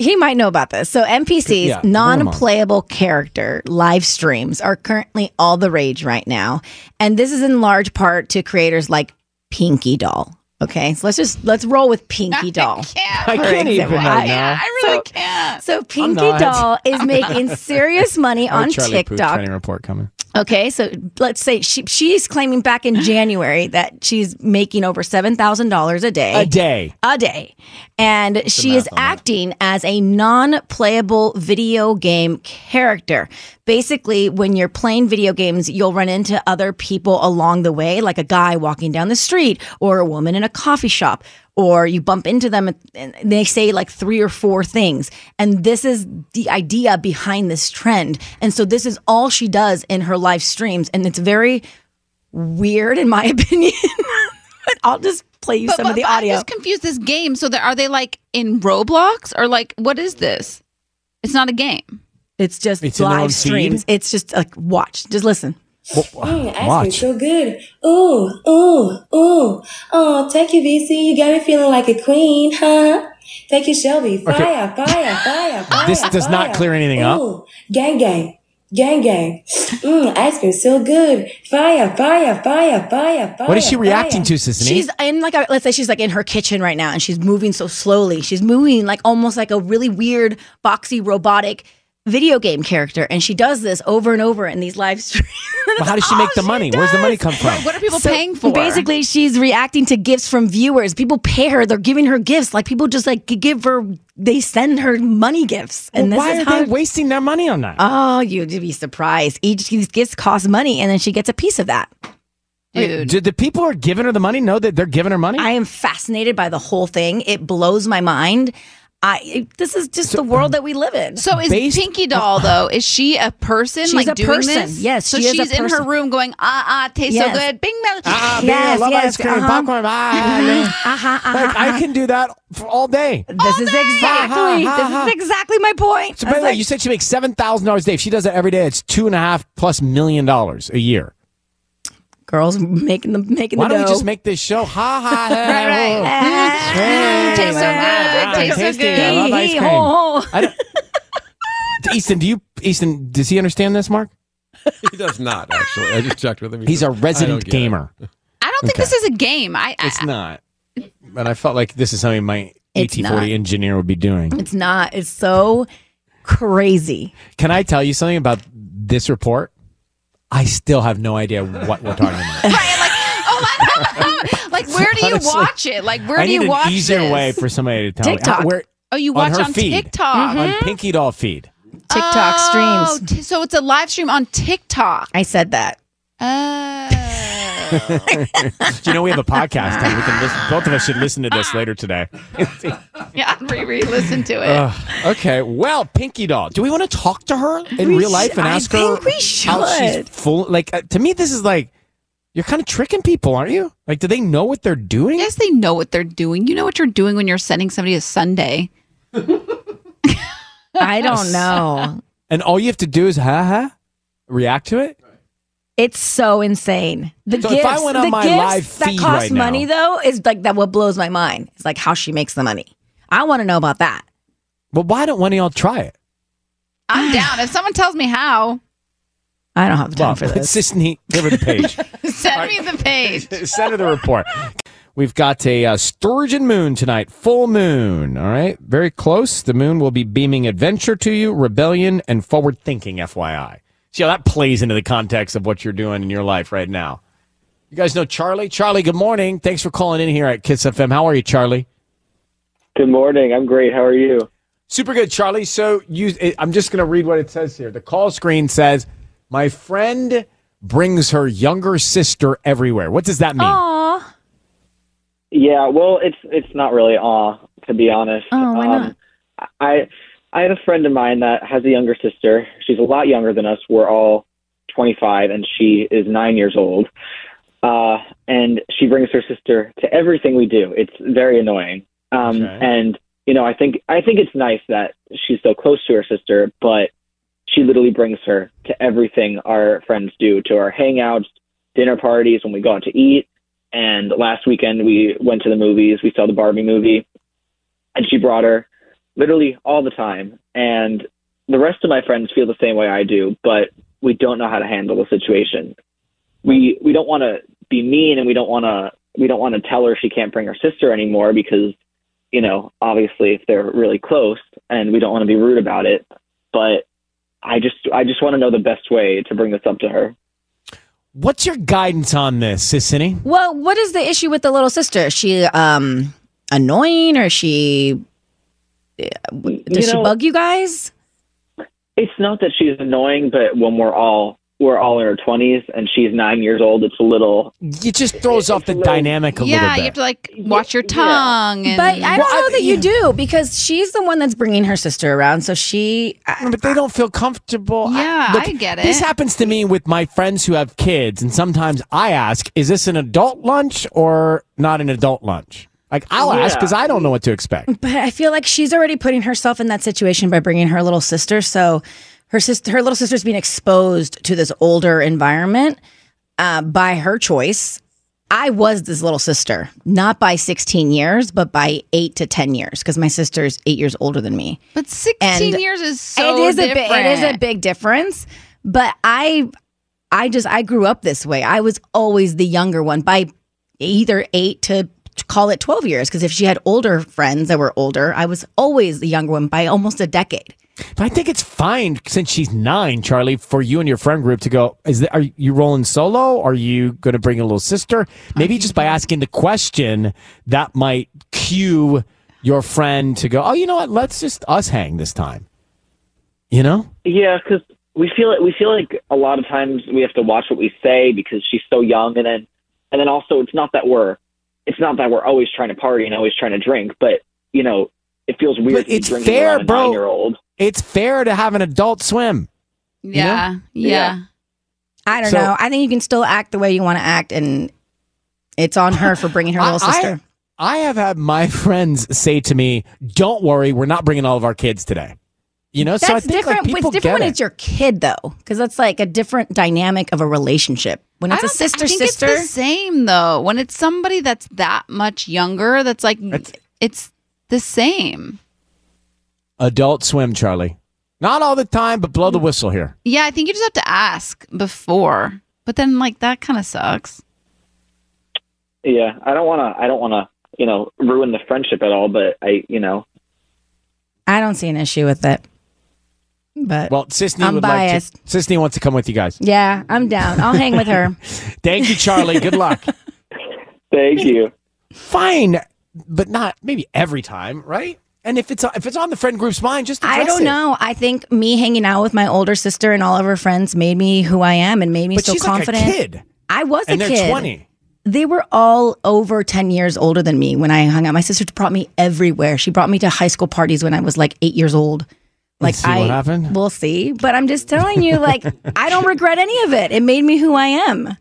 Speaker 5: he might know about this. So NPCs,
Speaker 4: Yeah, bring 'em on.
Speaker 5: non-playable character live streams, are currently all the rage right now, and this is in large part to creators like Pinky Doll. Okay, so let's just let's roll with Pinky Doll.
Speaker 4: I can't even right now.
Speaker 5: really can't. So Pinky
Speaker 4: not.
Speaker 5: Doll is making serious money
Speaker 4: Oh,
Speaker 5: on
Speaker 4: Charlie Puth
Speaker 5: TikTok.
Speaker 4: training report coming.
Speaker 5: Okay, so let's say she, she's claiming back in January that she's making over seven thousand dollars a day.
Speaker 4: A day.
Speaker 5: A day, and she is acting as a non-playable video game character. Basically, when you're playing video games, you'll run into other people along the way, like a guy walking down the street or a woman in a coffee shop. Or you bump into them and they say like three or four things. And this is the idea behind this trend. And so this is all she does in her live streams. And it's very weird, in my opinion. but I'll just play you some of the
Speaker 6: I'm
Speaker 5: audio.
Speaker 6: just confused this game. So there, are they like in Roblox or like what is this? It's not a game.
Speaker 5: It's just
Speaker 6: It's in their own
Speaker 5: live
Speaker 6: feed?
Speaker 5: streams. It's just like watch. Just listen.
Speaker 21: Mm, ice cream so good. Ooh, ooh, ooh. Oh, take it easy. You got me feeling like a queen, huh? Thank you, Shelby. Fire,
Speaker 4: Okay.
Speaker 21: fire, fire,
Speaker 5: Ah,
Speaker 21: fire.
Speaker 4: This does not
Speaker 21: fire.
Speaker 4: clear anything up.
Speaker 21: Ooh, Gang, gang, gang, gang. Mm, ice cream so good. Fire, fire, fire, fire, fire.
Speaker 4: What is she reacting to, Sisney?
Speaker 5: She's in like a, let's say she's like in her kitchen right now, and she's moving so slowly. She's moving like almost like a really weird, boxy, robotic video game character, and she does this over and over in these live streams.
Speaker 4: Well, how does she make the money? Where's the money come from?
Speaker 5: Oh, What are people
Speaker 6: paying for?
Speaker 5: Basically, she's reacting to gifts from viewers. People pay her; they're giving her gifts. Like people just like give her, they send her money gifts, and
Speaker 4: Well,
Speaker 5: this
Speaker 4: why
Speaker 5: is
Speaker 4: are
Speaker 5: how
Speaker 4: they wasting their money on that?
Speaker 5: Oh, you'd be surprised. Each of these gifts costs money, and then she gets a piece of that.
Speaker 4: Dude. Did the people who are giving her the money know that they're giving her money?
Speaker 5: I am fascinated by the whole thing. It blows my mind. I it- this is just the world that we live in.
Speaker 6: So is Pinky Doll though? Is she a person?
Speaker 5: She's
Speaker 6: like
Speaker 5: a
Speaker 6: doing
Speaker 5: person.
Speaker 6: this?
Speaker 5: Yes,
Speaker 6: So
Speaker 5: she is a
Speaker 6: she's in her
Speaker 5: person.
Speaker 6: room going, ah ah, tastes
Speaker 5: Yes.
Speaker 6: so good. Bing bang.
Speaker 4: Ah, ah, bing, I love ice cream, popcorn, ah, yeah.
Speaker 5: uh-huh, uh-huh,
Speaker 4: Like, I can do that for all day.
Speaker 5: This is exactly
Speaker 4: Ha, ha, ha,
Speaker 5: this is exactly my point.
Speaker 4: So
Speaker 5: I
Speaker 4: by
Speaker 5: was
Speaker 4: the way,
Speaker 5: like,
Speaker 4: you said she makes seven thousand dollars a day. If she does that every day, it's two and a half plus million dollars a year.
Speaker 5: girls making the making
Speaker 4: Why
Speaker 5: the
Speaker 4: don't we
Speaker 5: dough.
Speaker 4: just make this show? Ha ha!
Speaker 5: Right, right.
Speaker 4: ha, ha. Hey,
Speaker 5: Tastes so
Speaker 4: wow,
Speaker 5: good,
Speaker 4: I'm
Speaker 5: tastes so
Speaker 4: tasty.
Speaker 5: good.
Speaker 4: I love
Speaker 5: Hee,
Speaker 4: ice
Speaker 5: hee,
Speaker 4: cream.
Speaker 5: ho, ho.
Speaker 4: I don't- Easton, do you? Easton, does he understand this, Mark?
Speaker 22: He does not actually. I just checked with him.
Speaker 4: He's a resident
Speaker 22: game.
Speaker 4: gamer.
Speaker 6: I don't think
Speaker 4: Okay.
Speaker 6: this is a game. I, I
Speaker 4: It's not. But I felt like this is something my
Speaker 5: It's not.
Speaker 4: AT40 engineer would be doing.
Speaker 5: It's not. It's so crazy.
Speaker 4: Can I tell you something about this report? I still have no idea what we're talking about.
Speaker 6: like where do you
Speaker 4: Honestly,
Speaker 6: watch it? Like where
Speaker 4: I
Speaker 6: do
Speaker 4: need
Speaker 6: you
Speaker 4: an
Speaker 6: watch
Speaker 4: easier
Speaker 6: this?
Speaker 4: way for somebody to tell me.
Speaker 6: TikTok.
Speaker 4: How- where-
Speaker 6: Oh, you watch
Speaker 4: on her
Speaker 6: on
Speaker 4: feed,
Speaker 6: TikTok. Mm-hmm.
Speaker 4: on Pinky Doll feed.
Speaker 5: TikTok
Speaker 6: oh,
Speaker 5: streams.
Speaker 6: t- so it's a live stream on TikTok.
Speaker 5: I said that.
Speaker 4: Do you know we have a podcast? and we can listen, both of us should listen to this later today.
Speaker 6: Yeah, re listen to it.
Speaker 4: Ugh, okay, well, Pinky Doll, do we want to talk to her in
Speaker 6: We
Speaker 4: real
Speaker 6: sh-
Speaker 4: life and
Speaker 6: I
Speaker 4: ask
Speaker 6: think
Speaker 4: her
Speaker 6: we
Speaker 4: how she's
Speaker 6: should.
Speaker 4: full? Like uh, to me, this is like you're kind of tricking people, aren't you? Like, do they know what they're doing?
Speaker 6: yes, they know what they're doing. You know what you're doing when you're sending somebody a Sunday.
Speaker 5: I don't know.
Speaker 4: And all you have to do is ha ha, react to it.
Speaker 5: It's so insane. The
Speaker 4: So
Speaker 5: gifts,
Speaker 4: if I went on
Speaker 5: the
Speaker 4: my
Speaker 5: gifts
Speaker 4: live
Speaker 5: that
Speaker 4: feed
Speaker 5: cost
Speaker 4: right now-
Speaker 5: money though is like that. What blows my mind is like how she makes the money. I want to know about that.
Speaker 4: But why don't one of y'all try it?
Speaker 6: I'm down. If someone tells me how,
Speaker 5: I don't have
Speaker 4: time for this. Sisney, give her the page.
Speaker 6: send me the page.
Speaker 4: Send her the report. We've got a uh, sturgeon moon tonight, full moon. All right, very close. The moon will be beaming adventure to you, rebellion, and forward thinking. FYI, see how that plays into the context of what you're doing in your life right now. You guys know Charlie. Charlie, good morning. Thanks for calling in here at Kiss FM. How are you, Charlie?
Speaker 23: Good morning. I'm great. How are you?
Speaker 4: Super good, Charlie. So you, it- I'm just going to read what it says here. The call screen says, "My friend brings her younger sister everywhere." What does that mean?
Speaker 23: Oh.
Speaker 5: Aww.
Speaker 23: Yeah. Well, it's it's not really aw to be honest. Um,
Speaker 5: Oh, why not?
Speaker 23: I I have a friend of mine that has a younger sister. She's a lot younger than us. We're all 25, and she is nine years old. Uh, and she brings her sister to everything we do. It's very annoying. Um, And you know, I think I think it's nice that she's so close to her sister, but she literally brings her to everything our friends do, to our hangouts, dinner parties, when we go out to eat. And last weekend we went to the movies. We saw the Barbie movie, and she brought her literally all the time. And the rest of my friends feel the same way I do, but we don't know how to handle the situation. We we don't want to be mean, and we don't want to we don't want to tell her she can't bring her sister anymore because you know obviously if they're really close, and we don't want to be rude about it. But I just I just want to know the best way to bring this up to her.
Speaker 4: What's your guidance on this, Sissany?
Speaker 5: Well, what is the issue with the little sister? Is she um annoying or is she uh, does she
Speaker 23: know-
Speaker 5: bug you guys?
Speaker 23: It's not that she's annoying, but when we're all we're all in our twenties and she's nine years old, it's a little
Speaker 4: It just throws off the dynamic a
Speaker 6: yeah,
Speaker 4: little
Speaker 6: you
Speaker 4: bit.
Speaker 6: have to like watch your tongue. And,
Speaker 5: But I don't know that you do because she's the one that's bringing her sister around. So she,
Speaker 4: but they don't feel comfortable.
Speaker 6: Yeah,
Speaker 4: Look,
Speaker 6: I get it.
Speaker 4: This happens to me with my friends who have kids, and sometimes I ask, "Is this an adult lunch or not an adult lunch?" Like I'll ask
Speaker 5: Yeah.
Speaker 4: because I don't know what to expect.
Speaker 5: But I feel like she's already putting herself in that situation by bringing her little sister. So her sister, her little sister's being exposed to this older environment uh, by her choice. I was this little sister, not by 16 years, but by eight to 10 years, because my sister is eight years older than me.
Speaker 6: But 16 years is so
Speaker 5: it is a big, it is a
Speaker 6: different.
Speaker 5: big difference. But I, I just I grew up this way. I was always the younger one by either eight to call it 12 years, because if she had older friends that were older, I was always the younger one by almost a decade.
Speaker 4: But I think it's fine since she's nine, Charlie, for you and your friend group to go. Is that, are you rolling solo? Are you going to bring a little sister? Maybe just by asking the question, that might cue your friend to go. Oh, you know what? Let's just us hang this time. You know?
Speaker 23: Yeah, because we feel we feel like a lot of times we have to watch what we say because she's so young, and then and then also it's not that we're it's not that we're always trying to party and always trying to drink, but you know it feels weird.
Speaker 4: But
Speaker 23: to be
Speaker 4: it's
Speaker 23: drinking
Speaker 4: fair,
Speaker 23: around a
Speaker 4: bro.
Speaker 23: nine-year-old.
Speaker 4: It's fair to have an adult swim.
Speaker 5: Yeah,
Speaker 23: yeah.
Speaker 5: I don't
Speaker 4: So-
Speaker 5: know. I think you can still act the way you want to act, and it's on her for bringing her little
Speaker 4: I-
Speaker 5: sister.
Speaker 4: I have had my friends say to me, "Don't worry, we're not bringing all of our kids today." You know, so I
Speaker 5: that's
Speaker 4: think like,
Speaker 5: different.
Speaker 4: people
Speaker 5: it's different
Speaker 4: get
Speaker 5: when
Speaker 4: it.
Speaker 5: it's your kid, though, because that's like a different dynamic of a relationship. When it's
Speaker 6: I
Speaker 5: a
Speaker 6: don't- I
Speaker 5: sister,
Speaker 6: think
Speaker 5: sister,
Speaker 6: It's the same though. When it's somebody that's that much younger, that's like it's the same.
Speaker 4: Adult swim, Charlie. Not all the time, but
Speaker 5: Mm.
Speaker 4: blow the whistle here.
Speaker 6: Yeah, I think you just have to ask before. But then like that kind of sucks.
Speaker 23: Yeah, I don't want to. I don't want to. You know, ruin the friendship at all. But I, you know,
Speaker 5: I don't see an issue with it. But
Speaker 4: Well, Sisney
Speaker 5: I'm
Speaker 4: would
Speaker 5: biased.
Speaker 4: like to, Sisney wants to come with you guys.
Speaker 5: yeah, I'm down. I'll hang with her.
Speaker 4: Thank you, Charlie. Good luck.
Speaker 23: Thank you.
Speaker 4: Fine, but not maybe every time, right? And if it's if it's on the friend group's mind, just
Speaker 5: I
Speaker 4: address
Speaker 5: don't
Speaker 4: it.
Speaker 5: know. I think me hanging out with my older sister and all of her friends made me who I am and made me
Speaker 4: But
Speaker 5: so
Speaker 4: she's like a
Speaker 5: confident.
Speaker 4: kid.
Speaker 5: I was
Speaker 4: And
Speaker 5: a
Speaker 4: they're
Speaker 5: kid.
Speaker 4: 20.
Speaker 5: They were all over 10 years older than me when I hung out. My sister brought me everywhere. She brought me to high school parties when I was like 8 years old. Like
Speaker 4: see
Speaker 5: I
Speaker 4: what happened?
Speaker 5: We'll see, but I'm just telling you like I don't regret any of it. It made me who I am.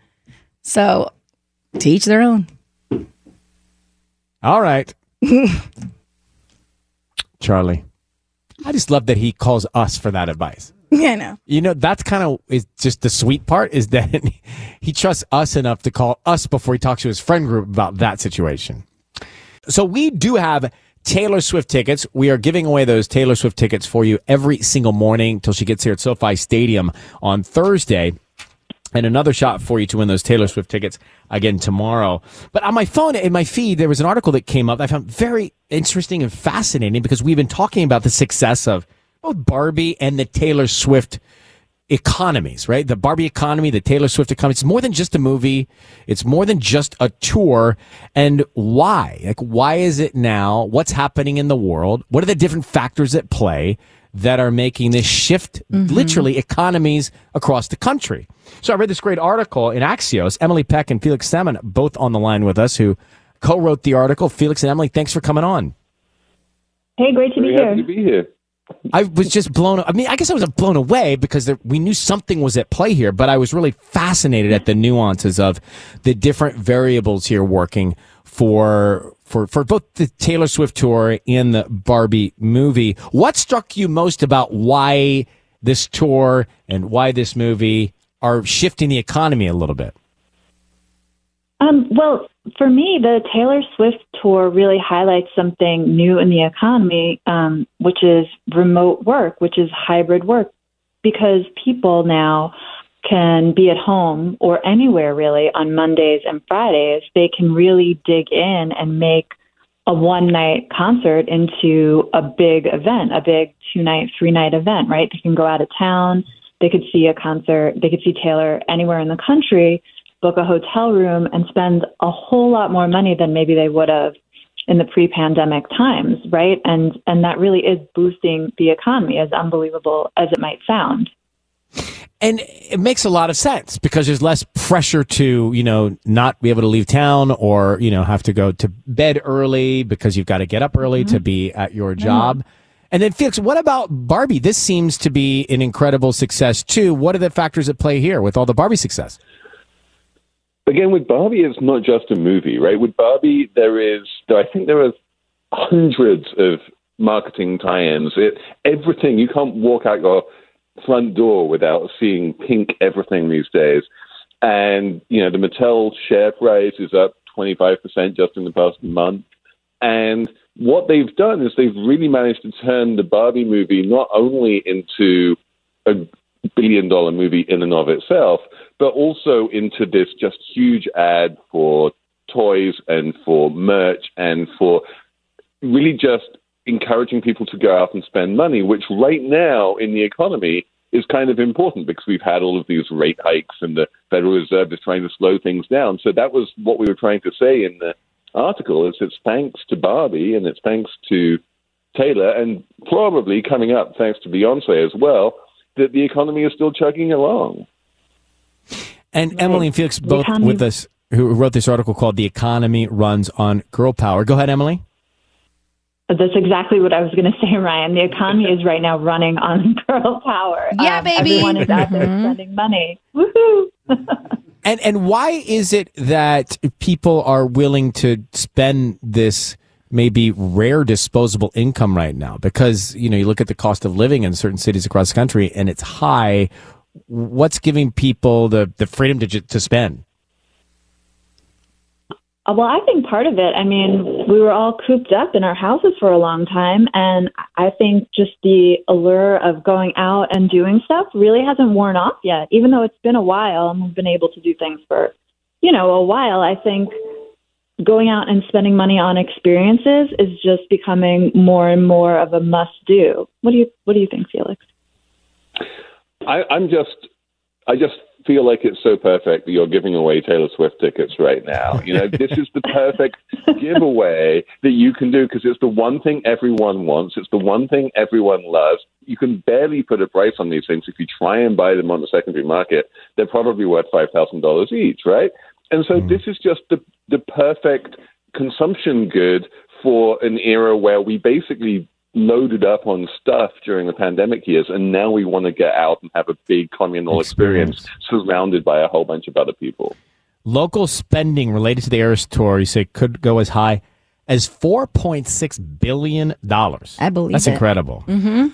Speaker 5: So, to each their own.
Speaker 4: All right, Charlie. I just love that he calls us for that advice.
Speaker 5: Yeah, I know.
Speaker 4: You know, that's kind of is just the sweet part is that he trusts us enough to call us before he talks to his friend group about that situation. So we do have Taylor Swift tickets. We are giving away those Taylor Swift tickets for you every single morning till she gets here at SoFi Stadium on Thursday. And another shot for you to win those Taylor Swift tickets again tomorrow. But on my phone, in my feed, there was an article that came up that I found very interesting and fascinating because we've been talking about the success of both Barbie and the Taylor Swift economies, right? The Barbie economy, the Taylor Swift economy. It's more than just a movie. It's more than just a tour. And why? Like, why is it now? What's happening in the world? What are the different factors at play that are making this shift, literally economies across the country? So I read this great article in Axios. Emily Peck and Felix Salmon both on the line with us who co-wrote the article. Felix and Emily, thanks for coming on.
Speaker 16: Hey, great to be here.
Speaker 24: be here.
Speaker 4: I was just blown. I mean, I guess I was blown away because there, we knew something was at play here, but I was really fascinated at the nuances of the different variables here working for for for both the Taylor Swift tour and the Barbie movie. What struck you most about why this tour and why this movie are shifting the economy a little bit?
Speaker 24: Um, well, for me, the Taylor Swift tour really highlights something new in the economy, um, which is remote work, which is hybrid work, because people now can be at home or anywhere really on Mondays and Fridays. They can really dig in and make a one night concert into a big event, a big two night, three night event, right? They can go out of town. They could see a concert. They could see Taylor anywhere in the country, book a hotel room, and spend a whole lot more money than maybe they would have in the pre-pandemic times, right? And and that really is boosting the economy, as unbelievable as it might sound.
Speaker 4: And it makes a lot of sense because there's less pressure to, you know, not be able to leave town or, you know, have to go to bed early because you've got to get up early to be at your job. And then, Felix, what about Barbie? This seems to be an incredible success, too. What are the factors at play here with all the Barbie success?
Speaker 24: Again, with Barbie, it's not just a movie, right? With Barbie, there is, there, I think there are hundreds of marketing tie-ins. It, everything you can't walk out your front door without seeing pink everything these days.
Speaker 25: and you know the Mattel share price is up 25% just in the past month. And what they've done is they've really managed to turn the Barbie movie not only into a billion dollar movie in and of itself, but also into this just huge ad for toys and for merch and for really just encouraging people to go out and spend money, which right now in the economy is kind of important because we've had all of these rate hikes and the Federal Reserve is trying to slow things down. So that was what we were trying to say in the article is it's thanks to Barbie and it's thanks to Taylor and probably coming up thanks to Beyonce as well that the economy is still chugging along.
Speaker 4: And Emily and Felix both
Speaker 25: economy-
Speaker 4: with us who wrote this article called The Economy Runs on Girl Power. Go ahead, Emily.
Speaker 24: That's exactly what I was going to say, Ryan. The economy is right now running on girl power. Um,
Speaker 6: Yeah, baby.
Speaker 24: Everyone is out there
Speaker 4: Mm-hmm.
Speaker 24: spending money. Woohoo!
Speaker 4: And and why is it that people are willing to spend this maybe rare disposable income right now? Because you know you look at the cost of living in certain cities across the country, and it's high. What's giving people the the freedom to ju- to spend?
Speaker 24: Uh, Well, I think part of it, I mean, we were all cooped up in our houses for a long time. And I think just the allure of going out and doing stuff really hasn't worn off yet, even though it's been a while and we've been able to do things for, you know, a while. I think going out and spending money on experiences is just becoming more and more of a must do. What do you, what do you think, Felix?
Speaker 25: I, I'm just, I just feel like it's so perfect that you're giving away Taylor Swift tickets right now. You know, this is the perfect giveaway that you can do because it's the one thing everyone wants. It's the one thing everyone loves. You can barely put a price on these things. If you try and buy them on the secondary market, they're probably worth five thousand dollars each, right? And so this is just the the perfect consumption good for an era where we basically loaded up on stuff during the pandemic years, and now we want to get out and have a big communal experience, surrounded by a whole bunch of other people.
Speaker 4: Local spending related to the Eras tour, you say, could go as high as four point six billion dollars. I
Speaker 5: believe
Speaker 4: that's
Speaker 5: it.
Speaker 4: incredible.
Speaker 5: Mm-hmm.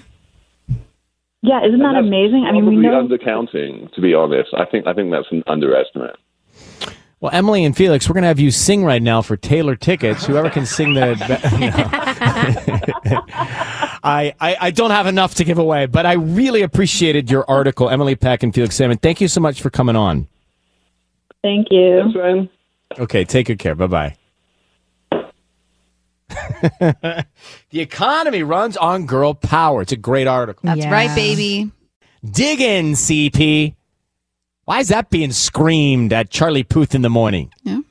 Speaker 24: Yeah, isn't that amazing? I mean, we
Speaker 25: Probably
Speaker 24: know
Speaker 25: undercounting, to be honest. I think I think that's an underestimate.
Speaker 4: Well, Emily and Felix, we're going to have you sing right now for Taylor tickets. Whoever can sing the. No. I, I, I don't have enough to give away, but I really appreciated your article, Emily Peck and Felix Salmon. Thank you so much for coming on.
Speaker 24: Thank you.
Speaker 4: Okay, take good care. Bye bye. the economy runs on girl power. It's a great article.
Speaker 6: That's right, baby.
Speaker 4: Dig in, CP. Why is that being screamed at Charlie Puth in the morning?
Speaker 6: Yeah.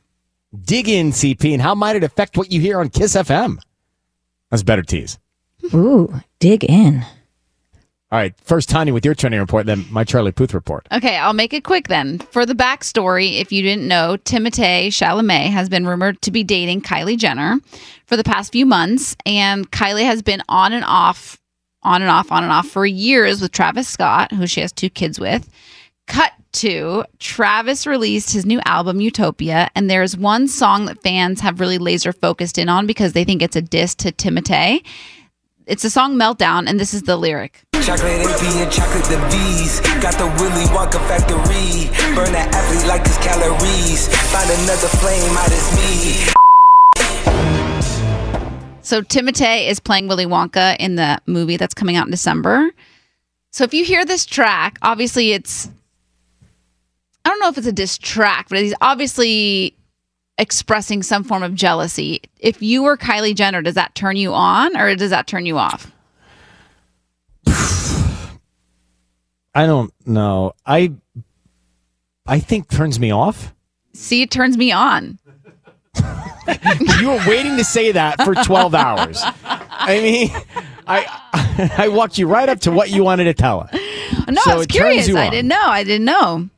Speaker 4: Dig in, CP, and how might it affect what you hear on Kiss FM? That's a better tease.
Speaker 5: Ooh, dig in.
Speaker 4: All right, first Tanya with your trending report, then my Charlie Puth report.
Speaker 6: Okay, I'll make it quick then. For the backstory, if you didn't know, Timothée Chalamet has been rumored to be dating Kylie Jenner for the past few months, and Kylie has been on and off, on and off, on and off for years with Travis Scott, who she has two kids with. Cut to Travis released his new album Utopia, and there is one song that fans have really laser focused in on because they think it's a diss to Timothée. It's the song Meltdown, and this is the lyric.
Speaker 26: Chocolate AP and chocolate the V's. Got the Willy Wonka factory. Burn that athlete like his calories. Find another flame out as me.
Speaker 6: So Timotei is playing Willy Wonka in the movie that's coming out in December. So if you hear this track, obviously it's I don't know if it's a diss track, but he's obviously expressing some form of jealousy. If you were Kylie Jenner, does that turn you on or does that turn you off?
Speaker 4: I don't know. I I think turns me off.
Speaker 6: See, it turns me on.
Speaker 4: you were waiting to say that for 12 hours. I mean, I I walked you right up to what you wanted to tell us.
Speaker 6: No,
Speaker 4: So
Speaker 6: I was
Speaker 4: it turns
Speaker 6: curious.
Speaker 4: you
Speaker 6: I
Speaker 4: on.
Speaker 6: didn't know. I didn't know.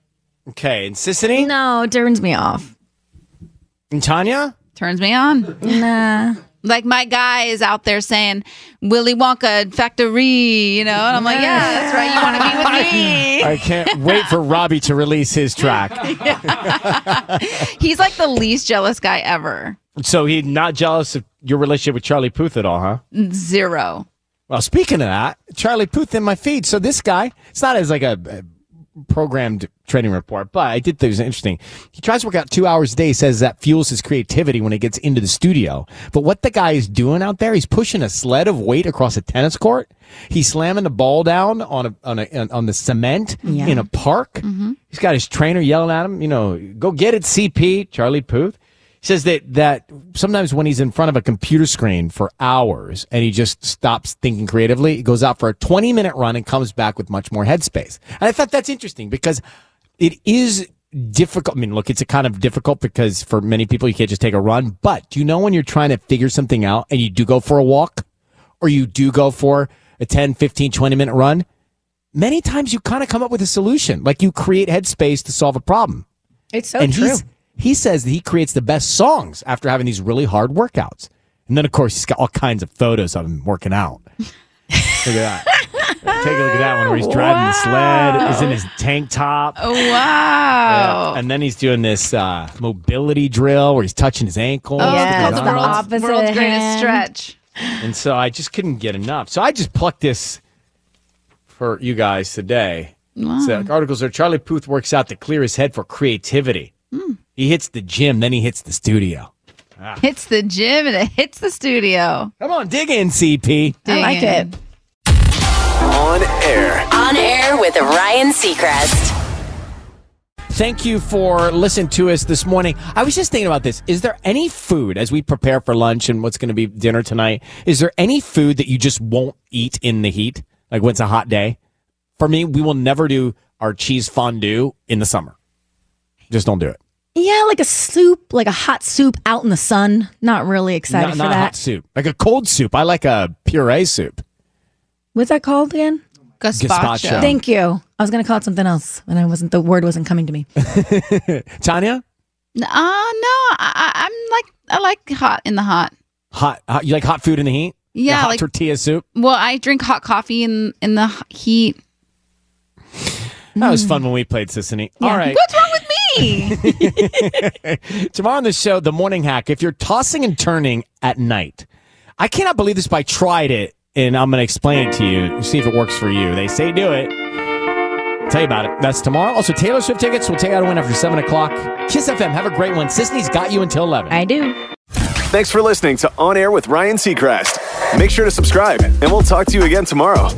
Speaker 4: Okay, and Sissany?
Speaker 5: No, it turns me off.
Speaker 4: And Tanya?
Speaker 6: Turns me on.
Speaker 5: Nah.
Speaker 6: Like my guy is out there saying Willy Wonka factory, you know, and I'm like, yeah, that's right. You want to be with me.
Speaker 4: I can't wait for Robbie to release his track.
Speaker 6: He's like the least jealous guy ever.
Speaker 4: So he's not jealous of your relationship with Charlie Puth at all, huh?
Speaker 6: Zero.
Speaker 4: Well, speaking of that, Charlie Puth in my feed. So this guy, it's not as like a, a programmed trading report, but I did think it was interesting. He tries to work out two hours a day, says that fuels his creativity when it gets into the studio. But what the guy is doing out there, he's pushing a sled of weight across a tennis court. He's slamming the ball down on a, on a, on the cement
Speaker 27: Yeah.
Speaker 4: in a park. He's got his trainer yelling at him, you know, go get it, CP, Charlie Puth. He says that, that sometimes when he's in front of a computer screen for hours and he just stops thinking creatively, he goes out for a 20 minute run and comes back with much more headspace. And I thought that's interesting because it is difficult. I mean, look, it's a kind of difficult because for many people, you can't just take a run. But do you know when you're trying to figure something out and you do go for a walk or you do go for a 10, 15, 20 minute run? Many times you kind of come up with a solution, like you create headspace to solve a problem
Speaker 27: It's so
Speaker 4: and
Speaker 27: true.
Speaker 4: he's- he says that he creates the best songs after having these really hard workouts. And then, of course, he's got all kinds of photos of him working out. Look at that. Take a look at that one where he's driving the sled. He's in his tank top.
Speaker 6: Oh, wow.
Speaker 4: Yeah. And then he's doing this uh, mobility drill where he's touching his ankle.
Speaker 6: Oh,
Speaker 4: Yeah.
Speaker 6: it's called the world's,
Speaker 8: opposite
Speaker 6: world's greatest
Speaker 8: hand.
Speaker 6: stretch.
Speaker 4: And so I just couldn't get enough. So I just plucked this for you guys today.
Speaker 6: Wow.
Speaker 4: So the articles are Charlie Puth works out to clear his head for creativity.
Speaker 6: Hmm.
Speaker 4: He hits the gym, then he hits the studio. Ah.
Speaker 6: Hits the gym and it hits the studio.
Speaker 4: Come on, dig in, CP.
Speaker 6: I like it.
Speaker 3: On air. On air with Ryan Seacrest.
Speaker 4: Thank you for listening to us this morning. I was just thinking about this. Is there any food as we prepare for lunch and what's going to be dinner tonight? Is there any food that you just won't eat in the heat? Like when it's a hot day? For me, we will never do our cheese fondue in the summer. Just don't do it.
Speaker 8: Yeah, like a soup, like a hot soup out in the sun. Not really excited
Speaker 4: not
Speaker 8: for
Speaker 4: not
Speaker 8: that.
Speaker 4: hot soup. Like a cold soup. I like a puree soup.
Speaker 8: What's that called again?
Speaker 4: Gazpacho. Gazpacho.
Speaker 8: Thank you. I was gonna call it something else, and I wasn't. The word wasn't coming to me.
Speaker 4: Tanya?
Speaker 6: N- Uh, no, I, I, I'm like I like hot in the hot.
Speaker 4: Hot, hot you like hot food in the heat?
Speaker 6: Yeah,
Speaker 4: A hot
Speaker 6: like-
Speaker 4: tortilla soup.
Speaker 6: Well, I drink hot coffee in in the h- heat.
Speaker 4: That was fun when we played Sissany. All right.
Speaker 6: What's wrong with me?
Speaker 4: Tomorrow on the show, the morning hack. If you're tossing and turning at night, I cannot believe this, but I tried it, and I'm going to explain it to you. See if it works for you. They say do it. Tell you about it. That's tomorrow. Also, Taylor Swift tickets. We'll take out a win after seven o'clock. Kiss FM. Have a great one. Sisney's got you until eleven. I
Speaker 8: do.
Speaker 2: Thanks for listening to On Air with Ryan Seacrest. Make sure to subscribe, and we'll talk to you again tomorrow.